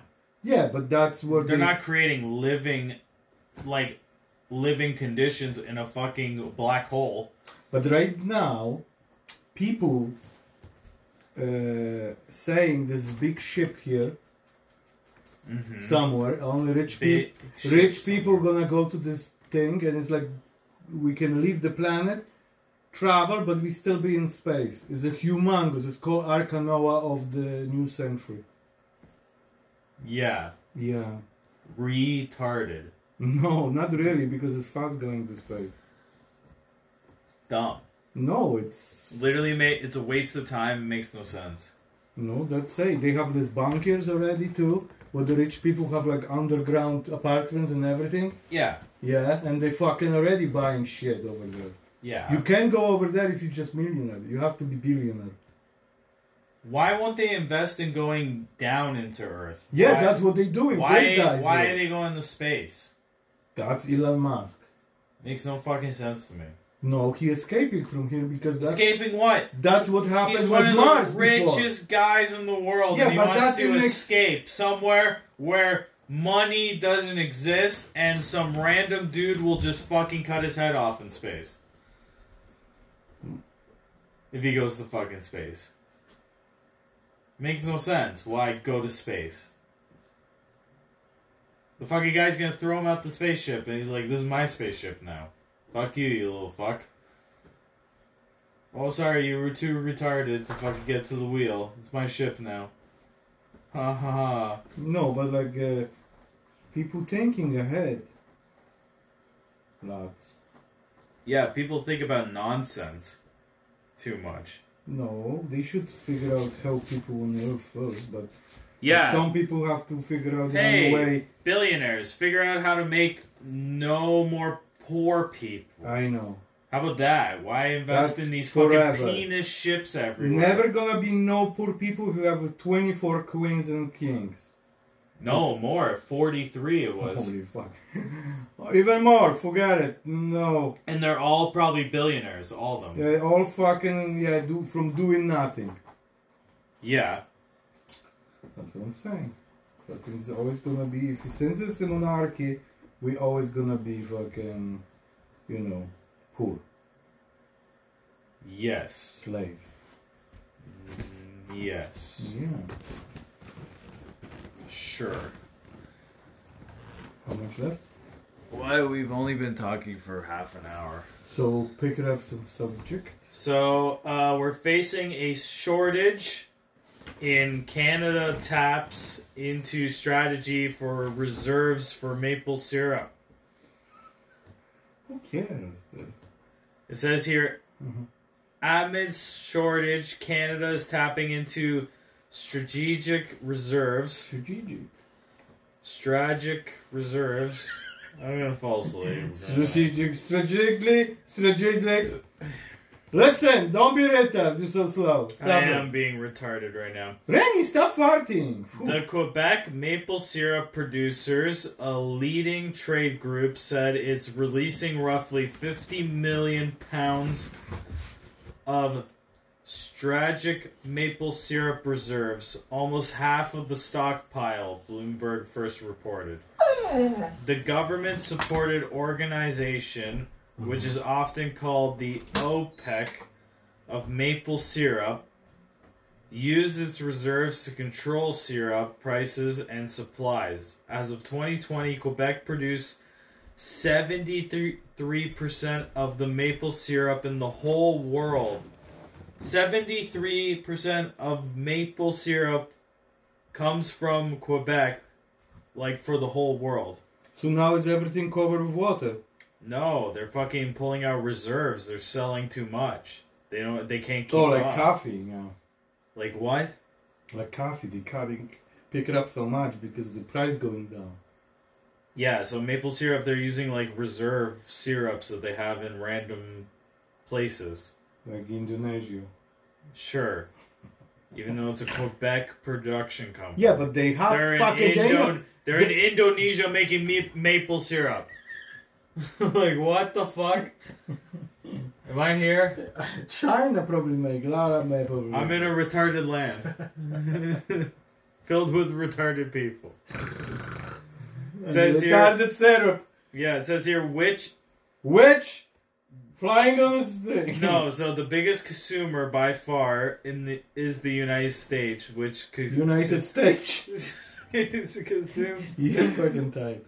B: Yeah, but that's what
A: They're
B: they-
A: not creating living, like, living conditions in a fucking black hole.
B: But right now, people uh, saying this big ship here somewhere, only rich people,
A: Mm-hmm. Big
B: rich
A: ship
B: people gonna go to this thing, and it's like we can leave the planet, travel, but we still be in space. It's a humongous. It's called Arkanoa of the new century.
A: Yeah.
B: Yeah.
A: Retarded.
B: No, not really, because it's fast going to space.
A: It's dumb.
B: No, it's
A: Literally, mate, it's a waste of time. It makes no sense.
B: No, that's it. They have these bunkers already too, where the rich people have like underground apartments and everything.
A: Yeah.
B: Yeah, and they fucking already buying shit over there.
A: Yeah.
B: You can go over there if you're just millionaire. You have to be billionaire.
A: Why won't they invest in going down into Earth?
B: Yeah,
A: Why-
B: that's what they're doing.
A: Why?
B: These guys.
A: why
B: do.
A: are they going to space?
B: That's Elon Musk.
A: Makes no fucking sense to me.
B: No, he escaping from here because that's
A: Escaping what?
B: that's what happened
A: He's
B: with
A: one of
B: Mars
A: the
B: before.
A: richest guys in the world,
B: Yeah,
A: and he
B: but
A: wants
B: that's
A: to
B: the next-
A: escape somewhere where money doesn't exist, and some random dude will just fucking cut his head off in space. If he goes to fucking space, makes no sense. Why go to space? The fucking guy's gonna throw him out the spaceship, and he's like, "This is my spaceship now. Fuck you, you little fuck." Oh, sorry, you were too retarded to fucking get to the wheel. It's my ship now. Ha ha ha.
B: No, but like uh, people thinking ahead. Lots.
A: Yeah, people think about nonsense too much.
B: No, they should figure out how people on Earth first, but
A: Yeah.
B: some people have to figure out
A: hey,
B: another way.
A: billionaires, figure out how to make no more poor people.
B: I know.
A: How about that? Why invest
B: Uh, That's
A: in these
B: forever.
A: fucking penis ships everywhere?
B: Never gonna be no poor people if you have 24 queens and kings.
A: No more. Forty-three it was,
B: Holy fuck. Even more, forget it. No.
A: and they're all probably billionaires. All of them.
B: Yeah, all fucking, yeah, do from doing nothing.
A: Yeah.
B: That's what I'm saying. Fucking, it's always gonna be, if since it's a monarchy, we always gonna be fucking, you know, poor,
A: Yes.
B: slaves.
A: Yes.
B: Yeah.
A: Sure.
B: How much left?
A: Why we've only been talking for half an hour.
B: So pick it up some subject.
A: So uh, we're facing a shortage in Canada taps into strategy for reserves for maple syrup.
B: Who cares?
A: It says here, amid shortage, Canada is tapping into strategic reserves.
B: Strategic.
A: Strategic reserves. I'm gonna fall asleep.
B: Strategic, strategically, strategically. Listen, don't be retarded. You're so slow. Stop
A: I am
B: it.
A: being retarded right now.
B: Remy, stop farting. Whew.
A: The Quebec maple syrup producers, a leading trade group, said it's releasing roughly 50 million pounds of strategic maple syrup reserves, almost half of the stockpile, Bloomberg first reported. The government supported organization, which is often called the OPEC of maple syrup, used its reserves to control syrup prices and supplies. As of 2020, Quebec produced 73% of the maple syrup in the whole world. 73% of maple syrup comes from Quebec, like for the whole world.
B: So now is everything covered with water?
A: No, they're fucking pulling out reserves. They're selling too much. They don't. They can't keep
B: oh, like
A: up.
B: coffee now.
A: Like what?
B: Like coffee, they cutting pick it up so much because the price going down.
A: Yeah, so maple syrup, they're using like reserve syrups that they have in random places.
B: Like Indonesia.
A: Sure. Even though it's a Quebec production company.
B: Yeah, but they have
A: they're in,
B: fucking they
A: Indo-
B: don't-
A: they're in Indonesia making me- maple syrup. like, what the fuck? Am I here?
B: China probably make a lot of maple.
A: I'm in a retarded land. Filled with retarded people.
B: And
A: says here-
B: retarded syrup.
A: Yeah, it says here which
B: Which flying on this thing.
A: No, so the biggest consumer by far in the is the United States, which cons-
B: United States.
A: it consumes
B: You're fucking tight.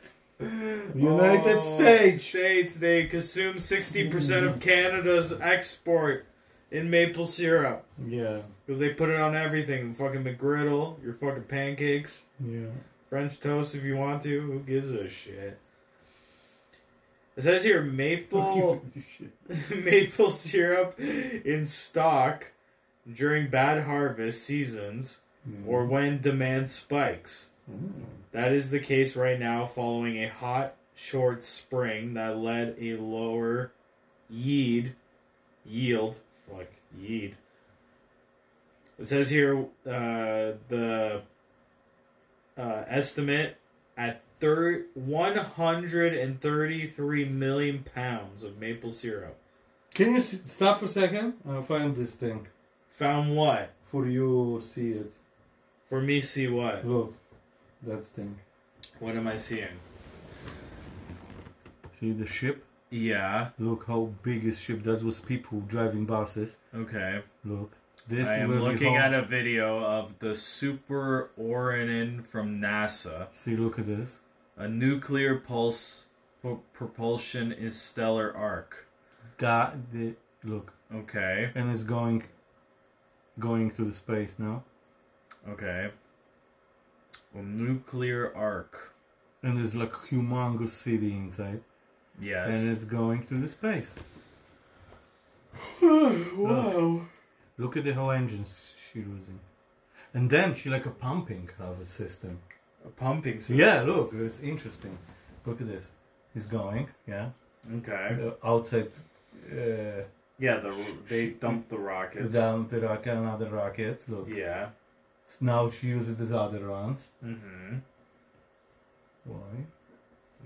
B: United
A: Oh,
B: States.
A: States they consume sixty percent of Canada's export in maple syrup
B: Yeah.
A: because they put it on everything. Fucking McGriddle, your fucking pancakes,
B: Yeah.
A: French toast if you want to. Who gives a shit? It says here maple. maple syrup in stock during bad harvest seasons or when demand spikes. That is the case right now following a hot, short spring that led a lower yield. Yield. Fuck. Yield. It says here uh, the uh, estimate at thir- 133 million pounds of maple syrup.
B: Can you s- stop for a second? I'll find this thing
A: Found what?
B: for you see it.
A: For me, see what?
B: Look, that thing.
A: What am I seeing?
B: See the ship?
A: Yeah.
B: Look how big is ship. That was people driving buses.
A: Okay.
B: Look, this
A: I am
B: will
A: looking
B: be
A: at a video of the Super Orionin from NASA,
B: See, look at this.
A: a nuclear pulse pu- propulsion is stellar arc.
B: That the look,
A: Okay.
B: and it's going, going to the space now,
A: Okay. A nuclear arc.
B: and there's like humongous city inside,
A: Yes.
B: and it's going to the space.
A: wow.
B: Look at the whole engines she losing, and then she like a pumping of a system.
A: A pumping system.
B: Yeah, look, it's interesting. Look at this. He's going, yeah,
A: Okay.
B: uh, outside. Uh,
A: Yeah, the, they dumped the rockets.
B: down the rocket, another rocket. Look,
A: Yeah.
B: S- now she uses this other ones.
A: Mm-hmm.
B: Why?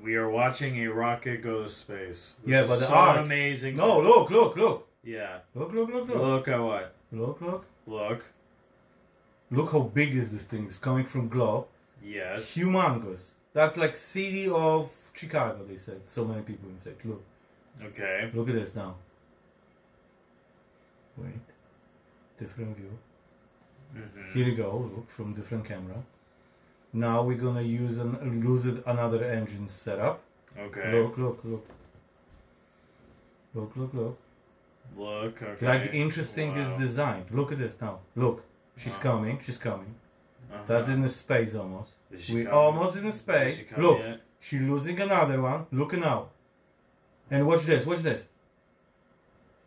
A: We are watching a rocket go to space. This
B: Yeah,
A: is
B: but the
A: so
B: arc-
A: amazing.
B: No, look, look, look,
A: Yeah.
B: look, look, look, look,
A: Look at what?
B: look, look.
A: Look.
B: Look how big is this thing? It's coming from globe.
A: Yes.
B: Humongous. That's like city of Chicago. They said so many people inside. Look,
A: Okay.
B: look at this now. Wait, different view.
A: hmm
B: Here you go. Look from different camera. Now we're gonna use an use it another engine setup.
A: Okay. Look.
B: Look, look, look. Look, look, look.
A: Okay.
B: Like interesting is
A: Wow.
B: designed. Look at this now. Look, she's
A: Wow.
B: coming. She's coming.
A: Uh-huh.
B: That's in the space almost.
A: Is she
B: We
A: coming?
B: almost in the
A: Is she
B: space.
A: coming
B: Look,
A: yet?
B: she losing another one. Look now. And watch this. Watch this.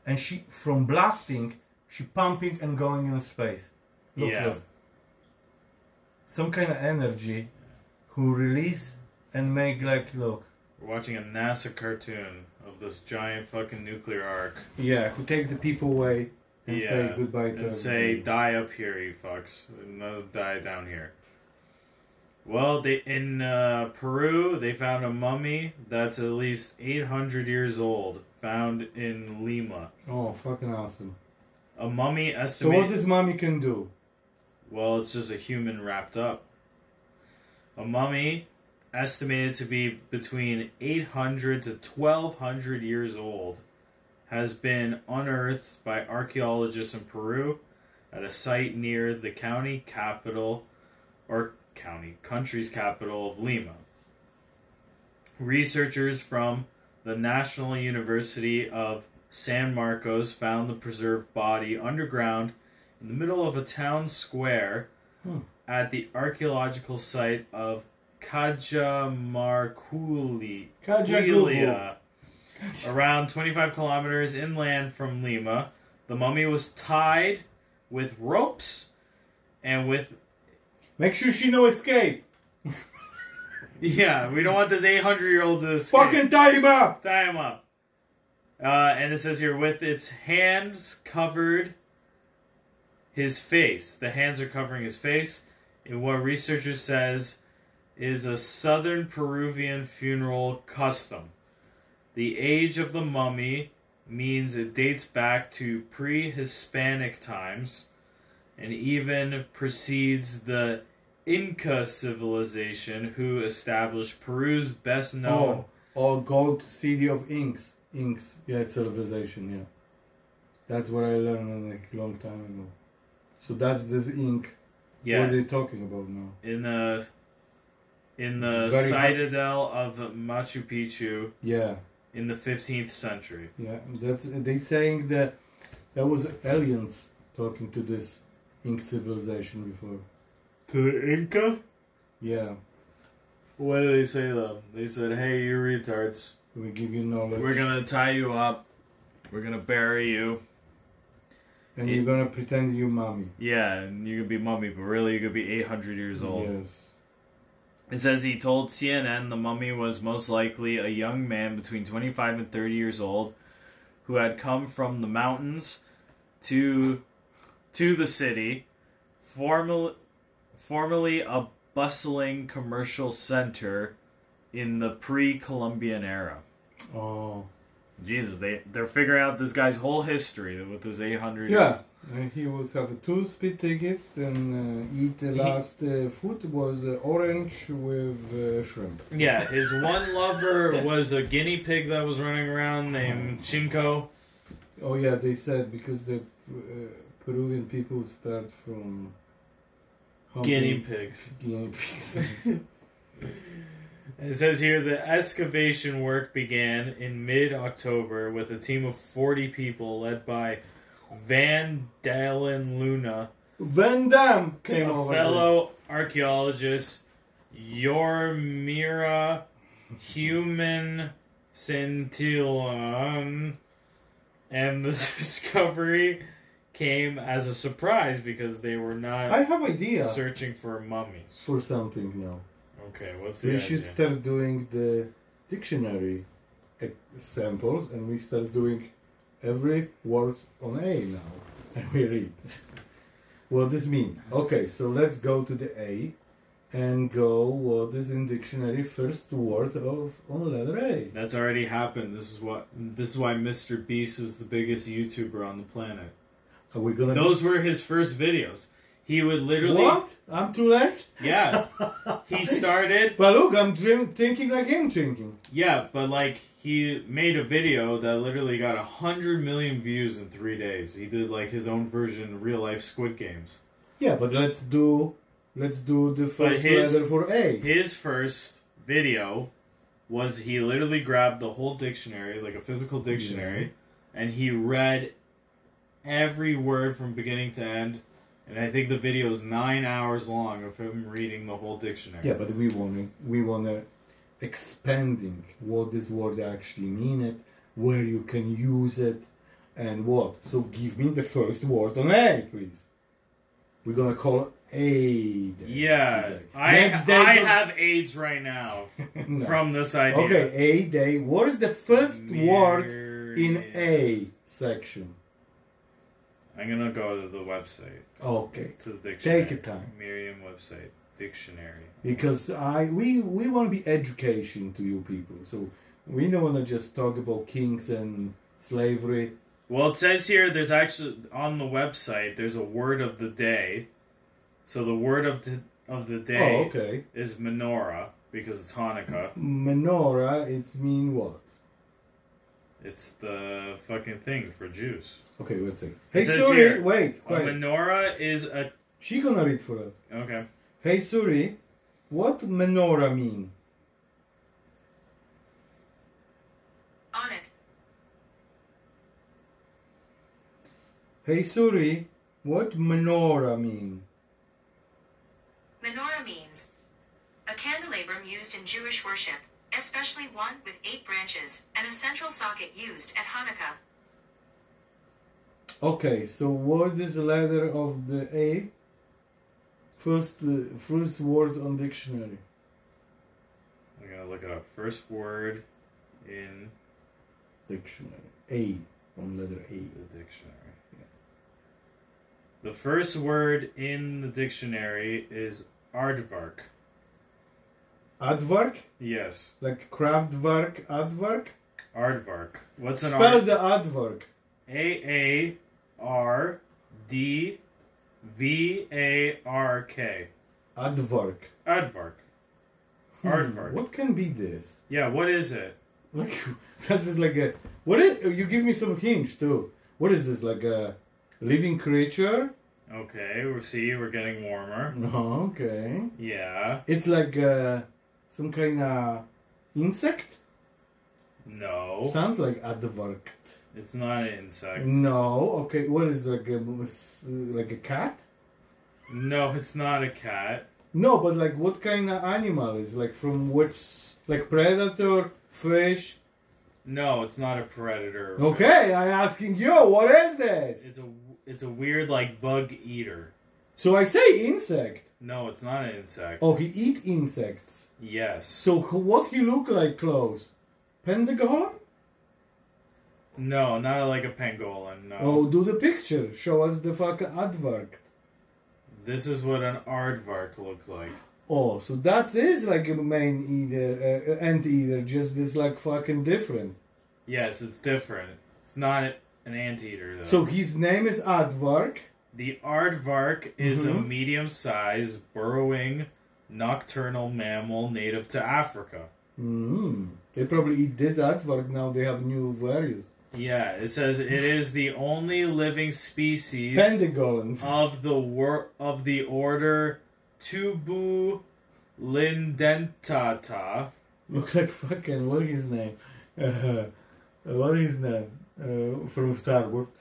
B: And she from blasting, she pumping and going in space. Look,
A: Yeah.
B: look. Some kind of energy, who release and make like look.
A: We're watching a NASA cartoon of this giant fucking nuclear arc.
B: Yeah, who take the people away and
A: yeah.
B: say goodbye to
A: And say,
B: everybody.
A: die up here, you fucks. No, die down here. Well, they in uh, Peru, they found a mummy that's at least 800 years old, found in Lima.
B: Oh, fucking awesome.
A: A mummy
B: So
A: estimated.
B: what this mommy can do?
A: Well, it's just a human wrapped up. A mummy estimated to be between 800 to 1200 years old has been unearthed by archaeologists in Peru at a site near the county capital or county country's capital of Lima. Researchers from the National University of San Marcos found the preserved body underground in the middle of a town square
B: Hmm.
A: at the archaeological site of Cajamarculi,
B: Kajagubu.
A: Huilia, around 25 kilometers inland from Lima. The mummy was tied with ropes and with
B: Make sure she no escape.
A: yeah, we don't want this 800 year old to escape.
B: Fucking tie him up.
A: tie him up. Uh, and it says here with its hands covered his face. The hands are covering his face. And what researchers says is a southern Peruvian funeral custom. The age of the mummy means it dates back to pre-Hispanic times and even precedes the Inca civilization who established Peru's best known
B: Oh, or gold city of inks. Inks. Yeah, it's civilization. Yeah, that's what I learned like long time ago. So that's this ink.
A: yeah.
B: What are they talking about now?
A: in the in the
B: Very high-
A: citadel of Machu Picchu
B: Yeah,
A: in the 15th century.
B: yeah. That's they saying that there was aliens talking to this ink civilization before.
A: To the Inca?
B: Yeah,
A: What did they say to them? They said, "Hey, you retards,
B: we give you knowledge.
A: we're gonna tie you up, we're gonna bury you.
B: and you're gonna pretend you're mommy.
A: Yeah, and you're gonna be mummy, but really you're gonna be 800 years old."
B: Yes.
A: It says he told CNN the mummy was most likely a young man between 25 and 30 years old who had come from the mountains to to the city, formerly, formerly a bustling commercial center in the pre-Columbian era.
B: Oh.
A: Jesus, they they're figuring out this guy's whole history with his 800
B: Yeah, and he was have two speed tickets and uh, eat the last uh, food was uh, orange with uh, shrimp.
A: Yeah, his one lover was a guinea pig that was running around named Chinko.
B: Oh yeah, they said because the uh, Peruvian people start from humping
A: Guinea pigs.
B: guinea pigs.
A: It says here the excavation work began in mid October with a team of 40 people led by Van Dalen Luna,
B: Van Damme came
A: a
B: over.
A: fellow archaeologist, Yormira Human Centillon, and this discovery came as a surprise because they were
B: there. I
A: not
B: have idea
A: searching for mummies.
B: for something now.
A: Okay, what's
B: we
A: the
B: should
A: idea?
B: start doing the dictionary ex- samples, and we start doing every word on A now, and we read. what does mean? Okay, so let's go to the A, and go what is in dictionary first word of on letter A.
A: That's already happened. This is what this is why Mr. Beast is the biggest YouTuber on the planet.
B: Are we gonna?
A: Those
B: be-
A: were his first videos. He would literally
B: What? I'm too late.
A: Yeah. He started
B: But look, I'm dream- thinking like him thinking.
A: Yeah, but like he made a video that literally got a hundred million views in three days. He did like his own version real life squid games.
B: Yeah, but let's do, let's do the first
A: his-
B: letter for A.
A: His first video was he literally grabbed the whole dictionary, like a physical dictionary, and he read every word from beginning to end. And I think the video is nine hours long of him reading the whole dictionary.
B: Yeah, but we want to we want to expanding what this word actually mean it, where you can use it, and what. So give me the first word on A, please. We're gonna call A. day
A: Yeah,
B: today.
A: I,
B: Next day.
A: I
B: go-
A: have AIDS right now
B: No.
A: from this idea.
B: okay, A day. What is the first word in
A: Myriad.
B: A section?
A: I'm gonna go to the website
B: Okay,
A: to the dictionary.
B: Take your time.
A: Miriam website dictionary.
B: because I we we want to be education to you people, so we don't want to just talk about kings and slavery.
A: Well, it says here there's actually on the website there's a word of the day. So the word of the of the day
B: Oh, okay.
A: is menorah because it's Hanukkah.
B: Menorah, it's mean what?
A: It's the fucking thing for Jews.
B: Okay, let's see. Hey
A: says
B: Suri,
A: here- "Oh,
B: wait,
A: A
B: wait.
A: menorah is a
B: she gonna read for us.
A: okay.
B: Hey Suri, what menorah mean?
C: On it.
B: Hey Suri, what menorah mean?
C: Menorah means a candelabrum used in Jewish worship, especially one with eight branches and a central socket used at Hanukkah.
B: Okay, so what is the letter of the A? First, uh, first word on dictionary.
A: I'm gonna look up first word in
B: Dictionary. A. One letter A.
A: the dictionary. The first word in the dictionary is aardvark.
B: Advark?
A: Yes,
B: Like Kraftwerk, Advark?
A: aardvark. What's an
B: Spell
A: aard?
B: the Advark.
A: A A R D V A R K.
B: Advark.
A: Aardvark. Aardvark.
B: Hmm, What can be this?
A: Yeah, what is it?
B: Like, this is like a. What is. oh, You give me some hints too. What is this? Like a living creature?
A: Okay, we see we're getting warmer.
B: No, okay.
A: Yeah.
B: It's like uh, some kind of insect?
A: No.
B: Sounds like Advark.
A: It's not an Oh. insect.
B: No, okay. What is like a, like a cat?
A: No, it's not a cat.
B: No, but like what kind of animal is like from which like predator, fish?
A: No, it's not a predator.
B: Okay, I'm asking you, what is this?
A: It's a it's a weird like bug eater.
B: So I say insect.
A: No, it's not an insect.
B: Oh, he eat insects.
A: Yes.
B: So wh- what he look like close? Pentagon?
A: no, not like a pangolin. No.
B: Oh, do the picture. Show us the fucking advert.
A: This is what an aardvark looks like.
B: Oh, so that is like a main eater, uh, ant eater, just this like fucking different.
A: Yes, it's different. It's not an anteater though.
B: So his name is Advark.
A: the aardvark is a
B: Mhm.
A: medium-sized burrowing nocturnal mammal native to Africa.
B: Mm. They probably eat this Advark now. They have new variants.
A: Yeah, it says it is the only living species
B: Pentagon.
A: of the wor- of the order Tubulindentata.
B: Look like fucking what is his name? Uh, what is his name? Uh, from Star Wars.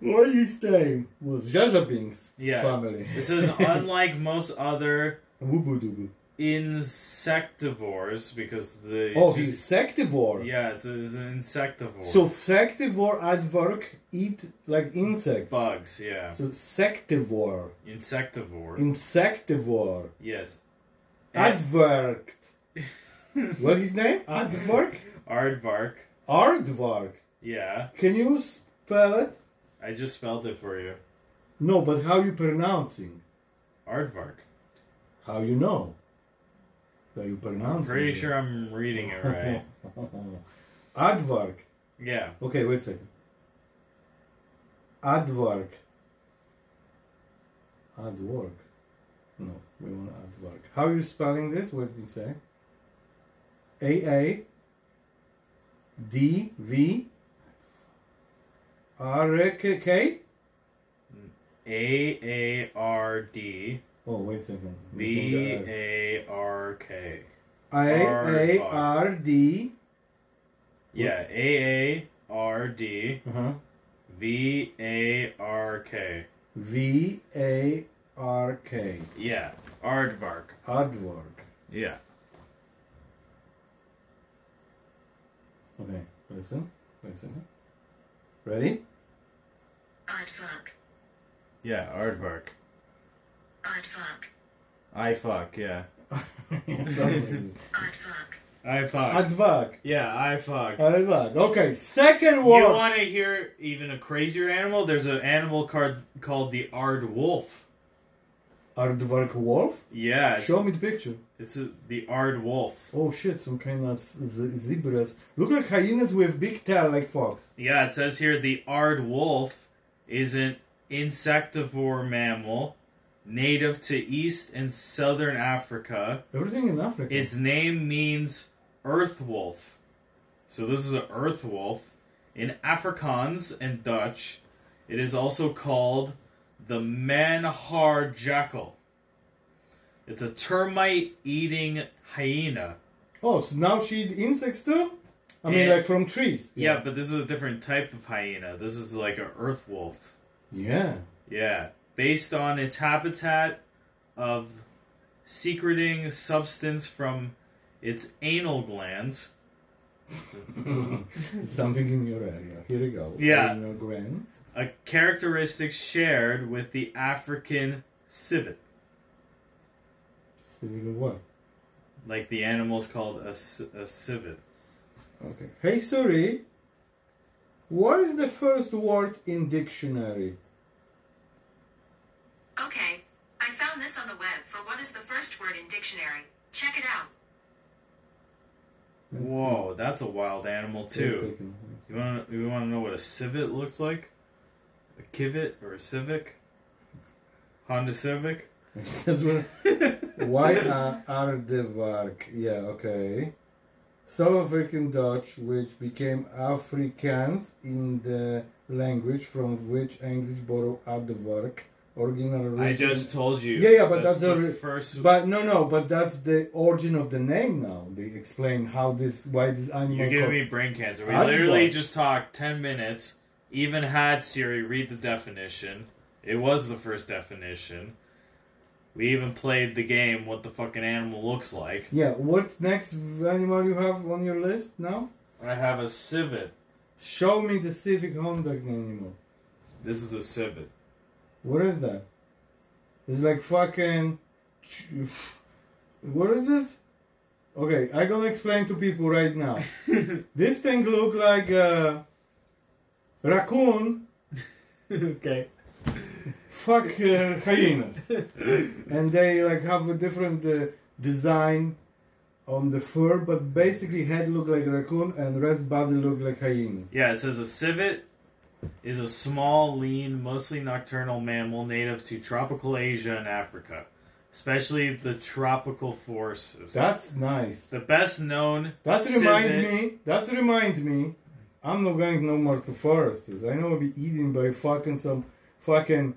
B: What his name? Was Jaja Binks
A: Yeah.
B: family.
A: It says unlike most other
B: Wubudubu.
A: insectivores because the
B: Oh, he's sectivore.
A: yeah, it's, a- it's an insectivore.
B: So sectivore advark eat like insects.
A: bugs, yeah,
B: So sectivore,
A: insectivore.
B: insectivore,
A: yes,
B: advark. what his name? Advark.
A: aardvark.
B: Aardvark.
A: Yeah,
B: Can you spell it?
A: I just spelled it for you.
B: No, but how you pronouncing?
A: Aardvark.
B: How you know? How you pronounce
A: I'm pretty
B: it?
A: sure I'm reading it right.
B: Advark.
A: yeah,
B: Okay, wait a second. Advark. Adwork. No, we want Advark. How you spelling this? What we say? A A D V R A K K?
A: A A R D
B: Oh, wait a second. Missing
A: V
B: the
A: A
B: R.
A: R K.
B: A A R D.
A: Yeah, A A R D
B: Uh huh.
A: V A R K.
B: V A R K.
A: Yeah, aardvark.
B: Aardvark.
A: Yeah.
B: Okay, listen. Wait a second. Ready?
C: Aardvark.
A: Yeah, aardvark.
C: Aardvark.
A: I fuck, yeah.
B: Something.
C: Aardvark.
A: I fuck.
B: Aardvark.
A: yeah, I fuck.
B: Aardvark. Okay, second
A: you
B: word.
A: want to hear even a crazier animal? There's an animal card called the aardwolf.
B: Aardvark wolf?
A: Yeah, it's,
B: Show me the picture.
A: it's a, the aardwolf.
B: Oh shit, some kind of z- zebras. Look like hyenas with big tail like fox.
A: Yeah, it says here the aardwolf is an insectivore mammal native to East and Southern Africa.
B: Everything in Africa.
A: Its name means earth wolf. So this is an earth wolf. In Afrikaans and Dutch, it is also called the manhar jackal. It's a termite eating hyena.
B: Oh, so now she eat insects too? I mean,
A: Yeah.
B: like from trees.
A: Yeah, but this is a different type of hyena. This is like an earth wolf.
B: Yeah.
A: Yeah, based on its habitat of secreting substance from its anal glands.
B: Something in your area. Here we go.
A: Yeah.
B: In your glands.
A: a characteristic shared with the African civet.
B: Civet of what?
A: Like the animal's called a, ci- a civet.
B: Okay. Hey Siri, what is the first word in dictionary?
C: Okay, I found this on the web for what is the first word in dictionary. Check it out.
B: Let's
A: Whoa, that's a wild animal
B: see. One
A: too.
B: second.
A: You want to you want to know what a civet looks like? A civet or a civic? Honda Civic.
B: That's what. Why uh, are, are the vark? Yeah, okay. South African Dutch, which became Afrikaans in the language from which English borrowed Aardvark, original.
A: I
B: origin-
A: just told you.
B: Yeah, yeah, but that's,
A: the
B: a re-
A: first.
B: But no, no, but that's the origin of the name. Now they explain how this, why this animal.
A: You're giving
B: called-
A: me brain cancer. We
B: I'd
A: literally
B: fuck.
A: just talked 10 minutes, even had Siri read the definition. It was the first definition. We even played the game, What the Fucking Animal Looks Like.
B: Yeah, what next animal you have on your list now?
A: I have a civet.
B: Show me the civic Honda animal.
A: This is a civet.
B: What is that? It's like fucking. What is this? Okay, i gonna explain to people right now. this thing look like a raccoon
A: okay.
B: fuck uh, hyenas, and they like have a different uh, design on the fur, but basically head look like raccoon and rest body look like hyenas.
A: Yeah, it says a civet is a small, lean, mostly nocturnal mammal native to tropical Asia and Africa, especially the tropical forests.
B: That's nice.
A: the best known.
B: That remind
A: civet-
B: me. That remind me. I'm not going no more to forests. I know I'll be eaten by fucking some fucking.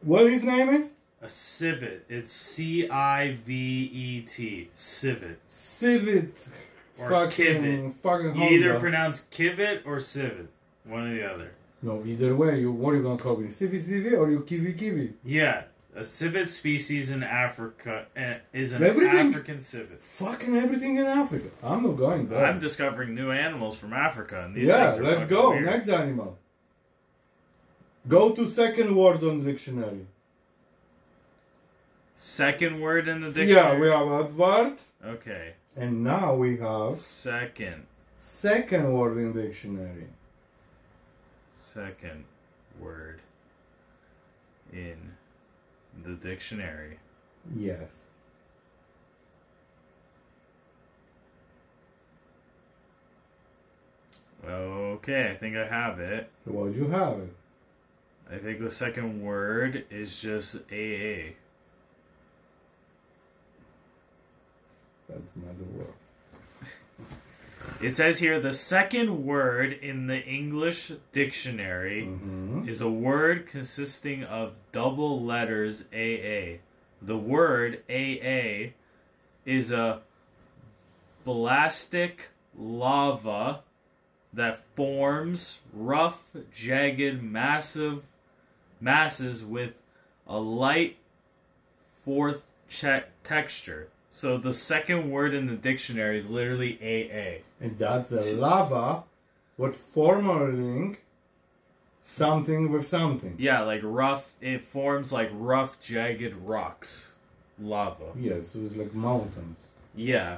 B: What his name is?
A: A civet. It's C I V E T. Civet.
B: Civet.
A: Or
B: fucking
A: Kivet.
B: fucking
A: You
B: Honda.
A: either pronounce kivet or civet. One or the other.
B: no, either way, you what are you gonna call me? Civi Civi or you Kiwi Kiwi?
A: Yeah. A civet species in Africa eh, is an
B: Everything-
A: African civet.
B: Fucking everything in Africa. I'm not going there.
A: I'm discovering new animals from Africa, and these
B: yeah,
A: things are
B: let's
A: fucking
B: go.
A: weird.
B: Next animal. Go to second word on the dictionary.
A: Second word in the
B: Yeah,
A: dictionary.
B: we have advert,
A: Okay.
B: and now we have
A: Second.
B: Second word in dictionary.
A: Second word in the dictionary.
B: Yes.
A: Okay, I think I have it.
B: What you have? it?
A: I think the second word is just AA.
B: That's not the word.
A: It says here the second word in the English dictionary
B: Mhm.
A: is a word consisting of double letters AA. The word AA is a blastic lava that forms rough, jagged, massive masses with a light fourth che- texture. So the second word in the dictionary is literally AA.
B: And that's the lava, what former link something with something.
A: Yeah, like rough. It forms like rough, jagged rocks, lava.
B: Yes, so it's like mountains.
A: Yeah.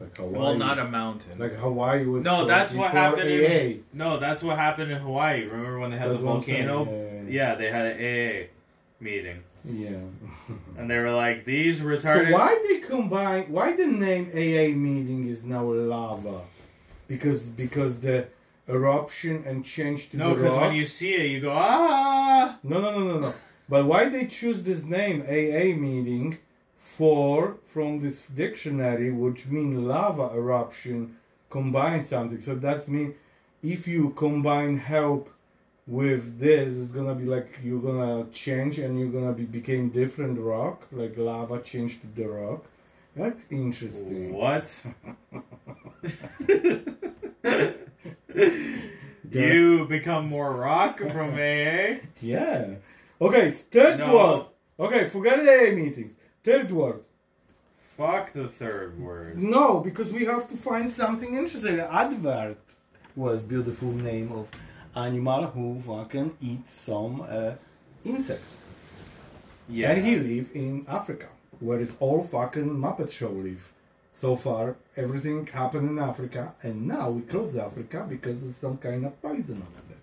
B: Like Hawaii.
A: Well, not a mountain.
B: like Hawaii was.
A: no,
B: called
A: that's what
B: before
A: happened.
B: AA.
A: In, no, that's what happened in Hawaii. Remember when they had
B: That's
A: the
B: what I'm saying,
A: volcano?
B: yeah,
A: yeah. they had an AA meeting,
B: Yeah.
A: and they were like, "These retarded."
B: so why they combine? Why the name AA meeting is now lava? Because because the eruption and change to
A: No,
B: the
A: because
B: rock.
A: when you see it, you go ah.
B: No, no, no, no, no. But why they choose this name AA meeting for from this dictionary, which mean lava eruption, combine something. So that's mean if you combine help with this, it's gonna be like you're gonna change and you're gonna be became different rock, like lava changed to the rock. That's interesting.
A: What? you become more rock from AA.
B: Yeah. Okay, s- third
A: No.
B: word. Okay, forget AA meetings. Third word.
A: Fuck the third word.
B: No, because we have to find something interesting. Advert was beautiful name of animal who fucking eat some uh, insects.
A: Yeah.
B: And he live in Africa, where it's all fucking Muppet Show live. So far, everything happened in Africa, and now we close Africa because there's some kind of poison over there.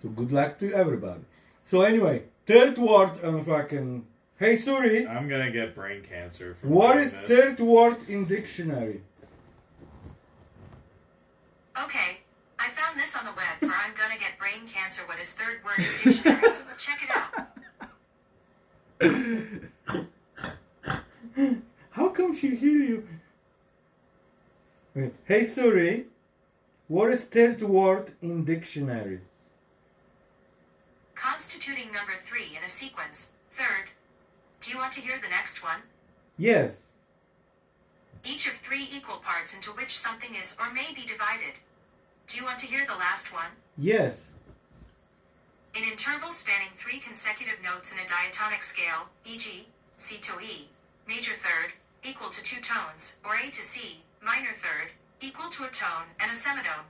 B: So good luck to everybody. So anyway, third word on fucking. Hey Suri,
A: I'm gonna get brain cancer from
B: what
A: doing
B: is
A: this.
B: third word in dictionary?
C: Okay, I found this on the web for I'm gonna get brain cancer. What is third word in dictionary? Check it out.
B: How come she hear you? Wait, Hey Suri, what is third word in dictionary?
C: Constituting number three in a sequence. Third. Do you want to hear the next one?
B: Yes.
C: Each of three equal parts into which something is or may be divided. Do you want to hear the last one?
B: Yes.
C: In intervals spanning three consecutive notes in a diatonic scale, e.g., C to E, major third, equal to two tones, or A to C, minor third, equal to a tone and a semitone.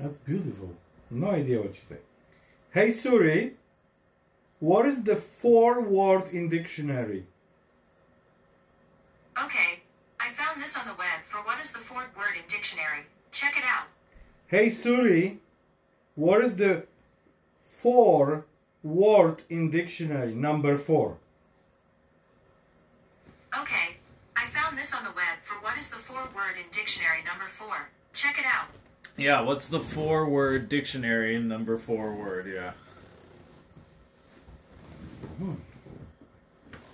B: That's beautiful. No idea what you say. Hey Suri, what is the four word in dictionary?
C: Okay, I found this on the web for what is the fourth word in dictionary. Check it out.
B: Hey Suri, what is the four word in dictionary? Number four.
C: Okay, I found this on the web for what is the fourth word in dictionary number four. Check it out.
A: Yeah, what's the four word dictionary in number four word? Yeah.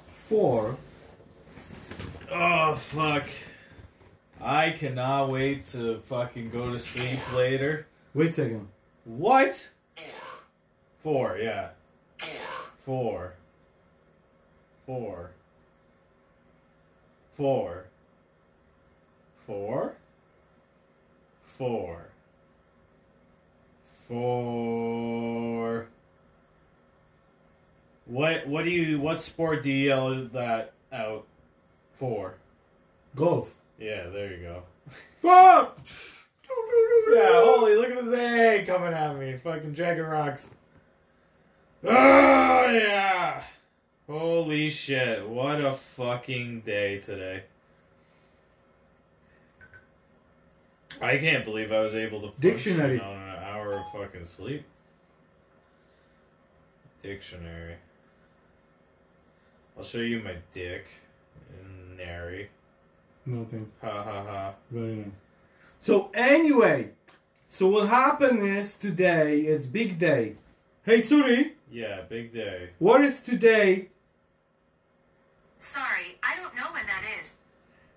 B: Four.
A: Oh, fuck. I cannot wait to fucking go to sleep later.
B: Wait a second.
A: What? Four, yeah. Four. Four. Four. Four. Four. Four. What what do you what sport do you yell that out? Four.
B: Golf.
A: Yeah, there you go.
B: Four!
A: Yeah, holy, look at this egg coming at me. Fucking Dragon Rocks. Oh, yeah. Holy shit, what a fucking day today. I can't believe I was able to function
B: Dictionary.
A: on an hour of fucking sleep. Dictionary. I'll show you my dick. Nary.
B: Nothing.
A: Ha ha ha.
B: Very nice. So anyway, so what happened is today it's big day. Hey Suri,
A: Yeah, big day.
B: what is today?
C: Sorry, I don't know when that is.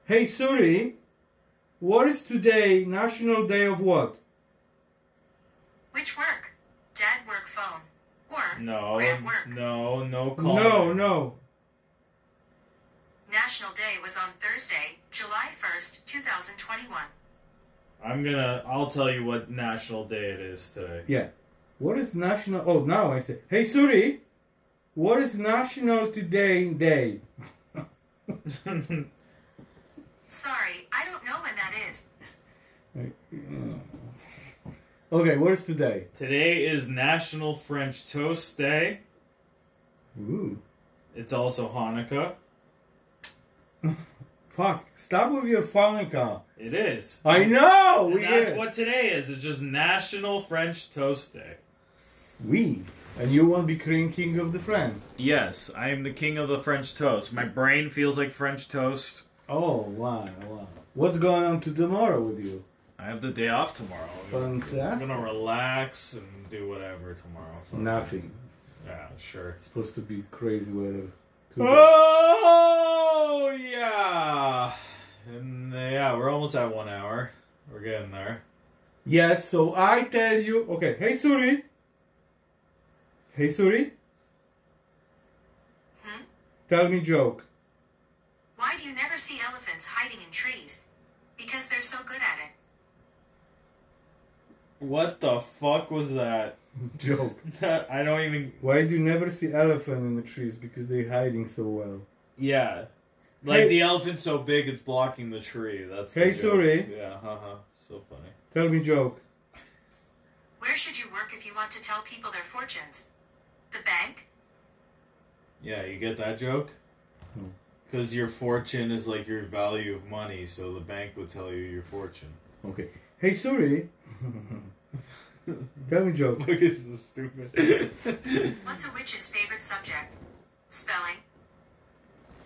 B: Hey Suri, what is today? National Day of what?
C: Which work? Dad work phone. Or
A: No,
C: grad work.
A: no, no call.
B: No, no.
C: National Day was on Thursday, July 1st, 2021.
A: I'm gonna. I'll tell you what national day it is today.
B: Yeah. What is national? Oh, now I say. Hey Suri, what is National Today Day?
C: Sorry, I don't know when that is.
B: Okay, what is today?
A: today is National French Toast Day.
B: Ooh.
A: It's also Hanukkah.
B: Fuck! Stop with your phone call.
A: It is.
B: I know.
A: And
B: we
A: that's
B: are-
A: what today is. It's just National French Toast Day.
B: We. And you won't be creating King of the Friends.
A: Yes, I am the king of the French toast. My brain feels like French toast.
B: Oh, wow, wow. What's going on to tomorrow with you?
A: I have the day off tomorrow. I'm
B: Fantastic.
A: gonna relax and do whatever tomorrow.
B: Nothing.
A: Yeah, sure.
B: Supposed to be crazy weather.
A: Ah!
B: today.
A: Oh yeah, and uh, yeah, we're almost at one hour. We're getting there.
B: Yes, so I tell you. Okay, hey Suri. Hey Suri.
C: Hmm?
B: Tell me joke.
C: Why do you never see elephants hiding in trees? Because they're so good at it.
A: What the fuck was that?
B: Joke.
A: That I don't even.
B: Why do you never see elephant in the trees? Because they're hiding so well.
A: Yeah, like
B: Hey-
A: the elephant's so big it's blocking the tree. That's the
B: Hey,
A: joke.
B: sorry.
A: Yeah, haha, so funny.
B: Tell me joke.
C: Where should you work if you want to tell people their fortunes? The bank?
A: Yeah, you get that joke?
B: No.
A: Because your fortune is like your value of money, so the bank would tell you your fortune.
B: Okay. Hey Siri, tell me a joke.
A: Fuck is so stupid.
C: What's a witch's favorite subject? Spelling.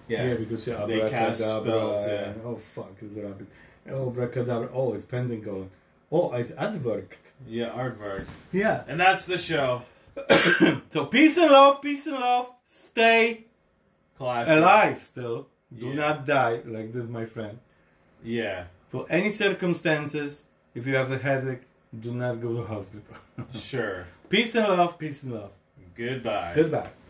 A: yeah.
B: because yeah,
A: They cast
B: abracadabra.
A: spells, yeah.
B: and- Oh fuck, it's a rabbit. Oh, abracadabra. Oh, it's pentagon. Oh, it's adverked.
A: Yeah, Aardvark.
B: Yeah.
A: And that's the show.
B: So peace and love, peace and love. Stay
A: Classic.
B: alive still. Do
A: Yeah.
B: not die like this, my friend.
A: Yeah.
B: For any circumstances, if you have a headache, do not go to hospital.
A: Sure.
B: peace and love, peace and love.
A: Goodbye.
B: Goodbye.